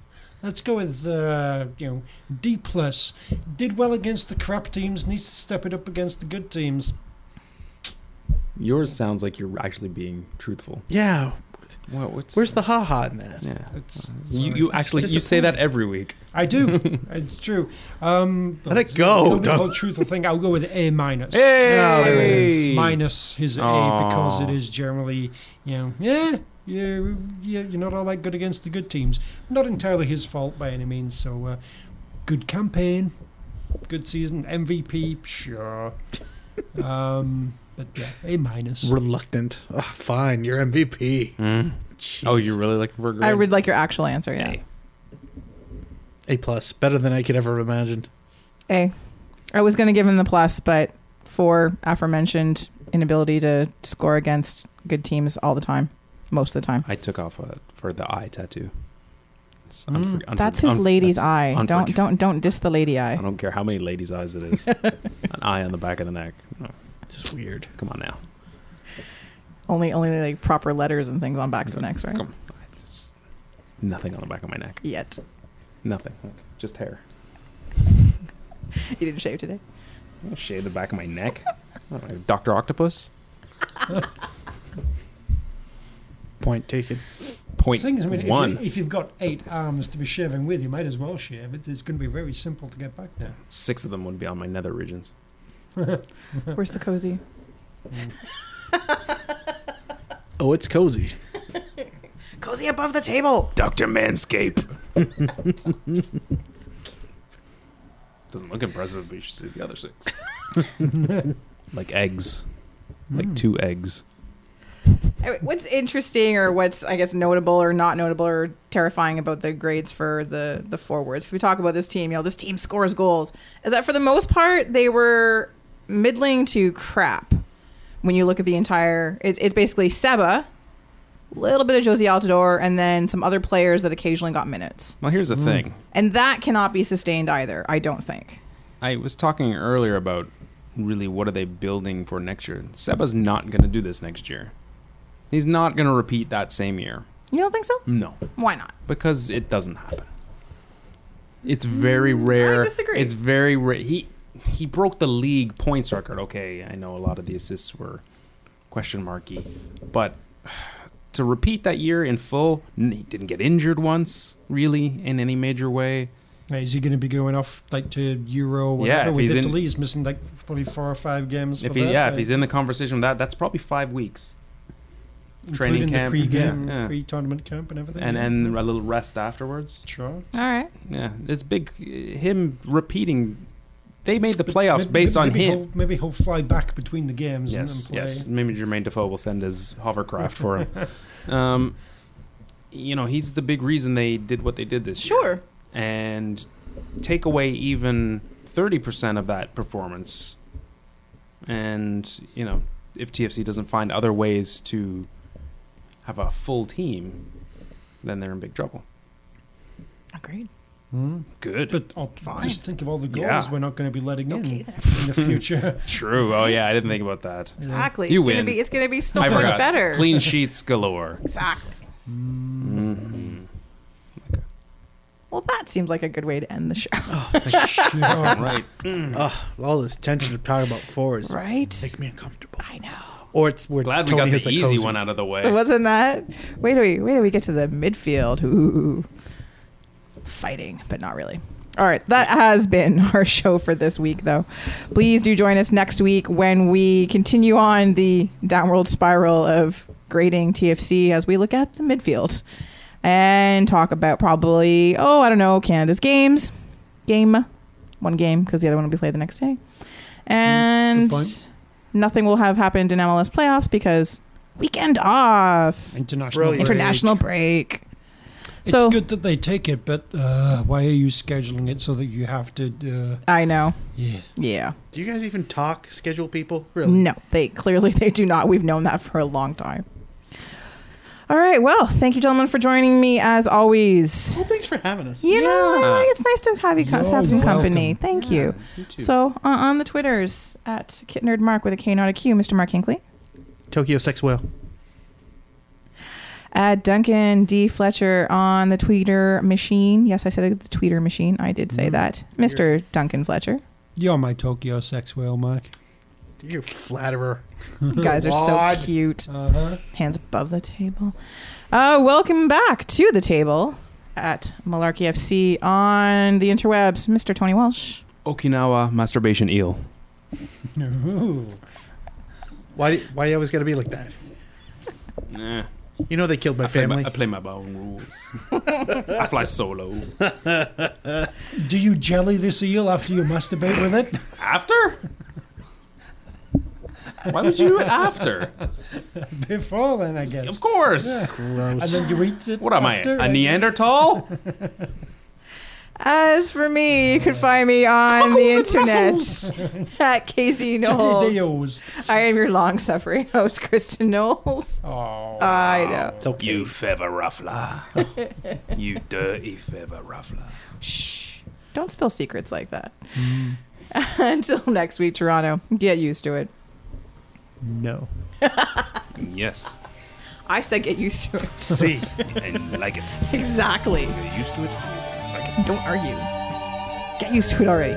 D: Let's go with uh, you know D plus. Did well against the crap teams. Needs to step it up against the good teams.
A: Yours sounds like you're actually being truthful.
I: yeah.
A: What, what's
I: Where's the ha ha in that?
A: yeah?
D: It's,
A: You, you actually you say that every week.
D: I do.
A: *laughs*
D: it's true. Um,
I: Let it go,
D: The whole
I: Doug.
D: truthful thing. I'll go with A minus. minus his A because
A: Aw.
D: it is generally, you know, yeah, yeah, yeah, you're not all that good against the good teams. Not entirely his fault by any means. So, uh, good campaign, good season,
A: *laughs*
D: MVP, sure. um, but yeah, A minus.
I: Reluctant. Ugh, fine, you're MVP.
A: Mm.
I: Jeez.
A: Oh, you're really looking for a grade?
C: I would like your actual answer. Yeah.
A: Hey.
I: A plus. Better than I could ever have imagined.
C: A. I was going to give him the plus, but for aforementioned inability to score against good teams all the time, most of the time.
A: I took off uh for the eye tattoo. It's
D: Mm.
A: unfor- unfor-
C: That's his
A: unfor-
C: lady's
A: that's-
C: eye.
A: unforg-
C: Don't don't don't diss the lady eye.
A: I don't care how many ladies' eyes it
C: *laughs*
A: is. An eye on the back of the neck. No,
I: This is weird.
A: come on now.
C: Only only like proper letters and things on backs of necks, right?
A: Come on. It's nothing on the back of my neck.
C: Yet
A: Nothing. Just hair.
C: you didn't shave today.
A: I'm gonna shave the back of my
C: *laughs*
A: neck. What, Dr. Octopus?
I: Point taken.
A: Point
D: The thing is, I mean, if,
A: one.
D: you, if you've got eight arms to be shaving with, you might as well shave. It's, it's going to be very simple to get back there.
A: Six of them would be on my nether regions.
C: Where's the cozy?
I: Oh, it's cozy.
C: Cozy above the table.
A: Dr. Manscape. *laughs* Doesn't look impressive, but you should see the other six. *laughs* like eggs. Like two eggs.
C: Anyway, What's interesting, or what's I guess notable, or not notable, or terrifying about the grades for the the forwards? 'Cause we talk about this team, you know, this team scores goals. Is that for the most part they were middling to crap. When you look at the entire, it's it's basically Seba, a little bit of Josie Altidore, and then some other players that occasionally got minutes,
A: Well, here's the thing.
C: and that cannot be sustained either. I don't think.
A: I was talking earlier about really what are they building for next year. Seba's not going to do this next year. He's not going to repeat that same year.
C: You don't think so?
A: No,
C: Why not?
A: because it doesn't happen. It's
D: Mm,
A: very rare.
C: disagree.
A: It's very rare. He he broke the league points record. Okay, I know a lot of the assists were question marky, but to repeat that year in full, n- he didn't get injured once really in any major way.
D: Now, is he going to be going off like to Euro?
A: Yeah,
D: Whatever?
A: if
D: with
A: he's in-
D: Italy, he's missing like probably four or five games.
A: If
D: for
A: he,
D: that,
A: yeah,
D: uh,
A: if he's in the conversation with that, that's probably five weeks. training
D: including
A: camp,
D: the pre-game,
A: yeah, yeah.
D: pre-tournament camp, and everything.
A: and
D: yeah.
A: then a little rest afterwards.
D: sure.
C: All right.
A: Yeah, it's big. Him repeating, they made the
D: But
A: playoffs
D: may-
A: based on
D: maybe
A: him.
D: He'll, maybe he'll fly back between the games.
A: yes,
D: and then play.
A: yes. Maybe Jermaine Defoe will send his hovercraft for him.
I: *laughs*
A: um, you know, he's the big reason they did what they did this year.
C: Sure.
A: And take away even thirty percent of that performance, and you know, if TFC doesn't find other ways to have a full team, then they're in big trouble.
C: Agreed.
A: Good.
D: But oh, just think of all the goals
A: Yeah.
D: we're not going to be letting
C: Okay
D: in
C: then.
D: in the future. *laughs*
A: True. Oh yeah, I didn't think about that.
C: Exactly.
A: You
C: it's
A: win.
C: Gonna be, it's going to be so
A: I
C: much
A: forgot.
C: better.
A: Clean sheets galore.
I: *laughs*
C: Exactly.
A: Mm.
C: Well, that seems like a good way to end the show.
D: Sure.
A: *laughs* Right.
I: Ugh, all this tension to talk about fours
C: Right?
I: make me uncomfortable.
C: I know.
I: Or it's we're
A: Glad we
I: Tony
A: got
I: has
A: the
I: a
A: easy
I: cozy.
A: one out of the way.
C: Wasn't that? Wait, wait, wait till we get to the midfield. Ooh. Fighting, but not really. All right, that has been *laughs* our show for this week, though. Please do join us next week when we continue on the downward spiral of grading TFC as we look at the midfield and talk about probably, oh, I don't know, Canada's games. Game, one game, because the other one will be played the next day. And
D: point.
C: nothing will have happened in MLS playoffs because weekend off,
D: International.
I: Brilliant.
D: break.
C: international break.
D: It's
C: so-
D: good that they take it, but uh, why are you scheduling it so that you have to? Uh,
C: I know.
D: yeah.
C: Yeah.
I: Do you guys even talk schedule people? Really?
C: No, they clearly they do not. We've known that for a long time. All right. Well, thank you, gentlemen, for joining me as always.
B: Well, thanks for having us.
C: You know, I
A: Yeah.
C: like, it's nice to have you co-
D: You're
C: have some company.
D: welcome.
C: Thank you. So uh, on the Twitters at Kit Nerd Mark with a K not a Q, Mr. Mark Hinkley.
B: Tokyo Sex Whale.
C: At Duncan D. Fletcher on the Tweeter machine. Yes, I said the Tweeter machine. I did
D: Mm-hmm.
C: say that. Mr. Duncan Fletcher.
D: You're my Tokyo sex whale, Mike.
B: You flatterer.
G: *laughs*
C: You guys are so
B: Lord.
C: cute.
D: Uh
A: Uh-huh.
D: huh.
C: Hands above the table. Uh, welcome back to the table at Malarkey FC on the interwebs, Mr. Tony Walsh.
A: Okinawa masturbation eel.
B: Why? Why you always got to be like that?
A: Nah,
B: You know they killed my
A: I, play my,
B: family.
A: I play my own rules. I fly solo.
D: Do you jelly this eel after you masturbate with it? *laughs*
A: After? Why would you do it after?
D: Before then, I guess.
A: Of course.
D: And then you eat it.
A: What am I,
D: after,
A: a Neanderthal?
C: As for me, you can find me on the internet *laughs* at
G: *laughs*
D: Jelly
C: Casey Knowles.
D: deals.
C: I am your long suffering host, Kristen Knowles.
D: Oh.
C: I know.
G: You feather ruffler. you dirty feather ruffler.
C: Shh. Don't spill secrets like that.
G: Mm.
C: *laughs* Until next week, Toronto. Get used to it.
D: No.
G: Yes.
C: I said get used to it. *laughs*
G: See. and like it.
C: exactly.
G: You're used to it. Like it.
C: Don't argue. Get used to it already.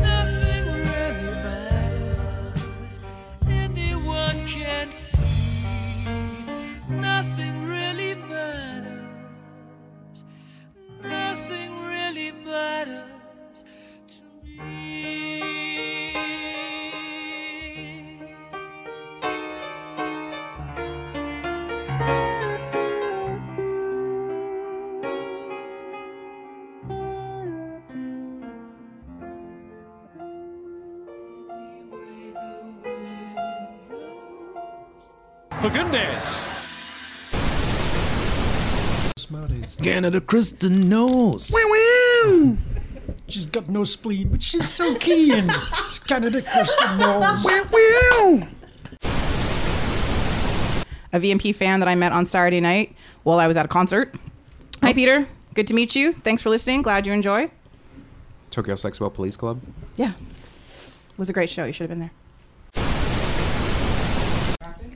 L: Nothing really matters. Anyone can see. Nothing really matters. Nothing really matters to me.
D: Smarties.
G: Canada Kristen knows.
D: She's got no spleen, but she's so keen. it's Canada Kristen Knowles.
C: a VMP fan that I met on Saturday night while I was at a concert. Hi, Peter. Good to meet you. Thanks for listening. Glad you enjoy.
A: Tokyo Sexwell Police Club.
C: Yeah. It was a great show. You should have been there.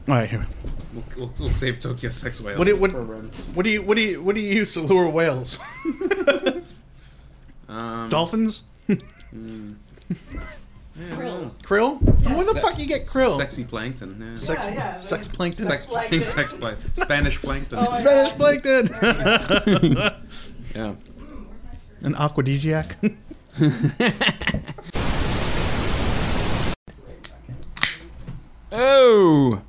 B: All right, here.
A: We'll, we'll, we'll save Tokyo Sexwell.
B: What do, what, what do you what do you what do you use to lure *laughs* whales?
A: Um,
B: Dolphins?
A: Hmm.
B: krill. Where the
A: Se-
B: fuck you get krill?
A: Sexy plankton. yeah.
B: sex, sex plankton. Oh.
A: Sex plankton. Sex plankton. Spanish plankton.
B: Spanish plankton.
A: *laughs*
B: *laughs*
A: yeah.
B: An aquadesiac.
A: Oh.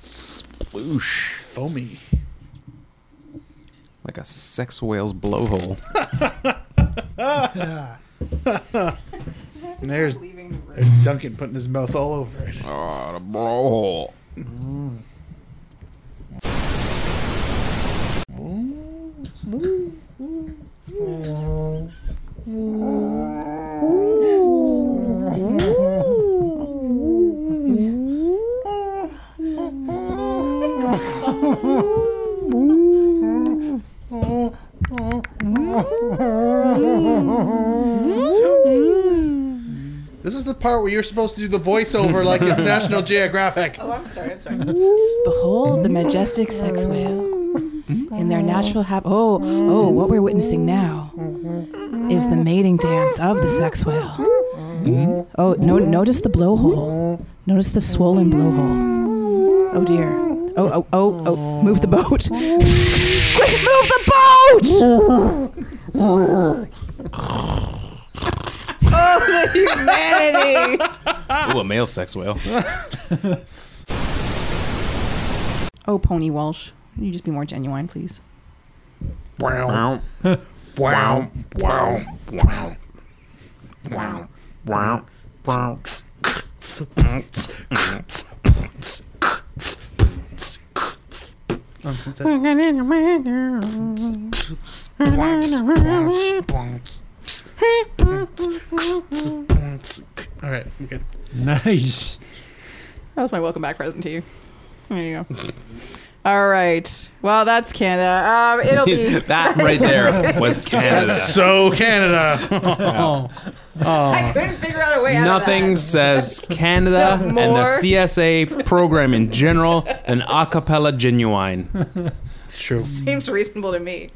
A: Sploosh.
B: Foamy.
A: Like a sex whale's blowhole.
B: And there's Duncan putting his mouth all over it.
A: Oh, the blowhole.
B: This is the part where you're supposed to do the voiceover like it's National Geographic.
C: Oh, I'm sorry. I'm sorry. Behold the majestic sex whale in their natural habitat. Oh, oh, what we're witnessing now is the mating dance of the sex whale. Oh, no, notice the blowhole. Notice the swollen blowhole. Oh dear. Oh, oh, oh, oh, move the boat. *laughs* Quick, move *laughs* the boat! oh, the humanity!
A: Ooh, a male sex whale. *laughs*
C: Oh, Pony Walsh. You just be more genuine, please.
A: wow. Wow. Wow. Wow. Wow. Wow. Wow.
B: All right, I'm good.
D: *laughs* Nice.
C: That was my welcome back present to you. There you go. All right. Well, that's Canada. Um,
A: *laughs*
C: it'll be.
A: that right there was Canada.
B: So Canada.
C: I couldn't figure out a way out
A: Nothing
C: *laughs* of
A: says Canada and the
C: More.
A: CSA program in general than acapella genuine.
C: that. Seems reasonable to me.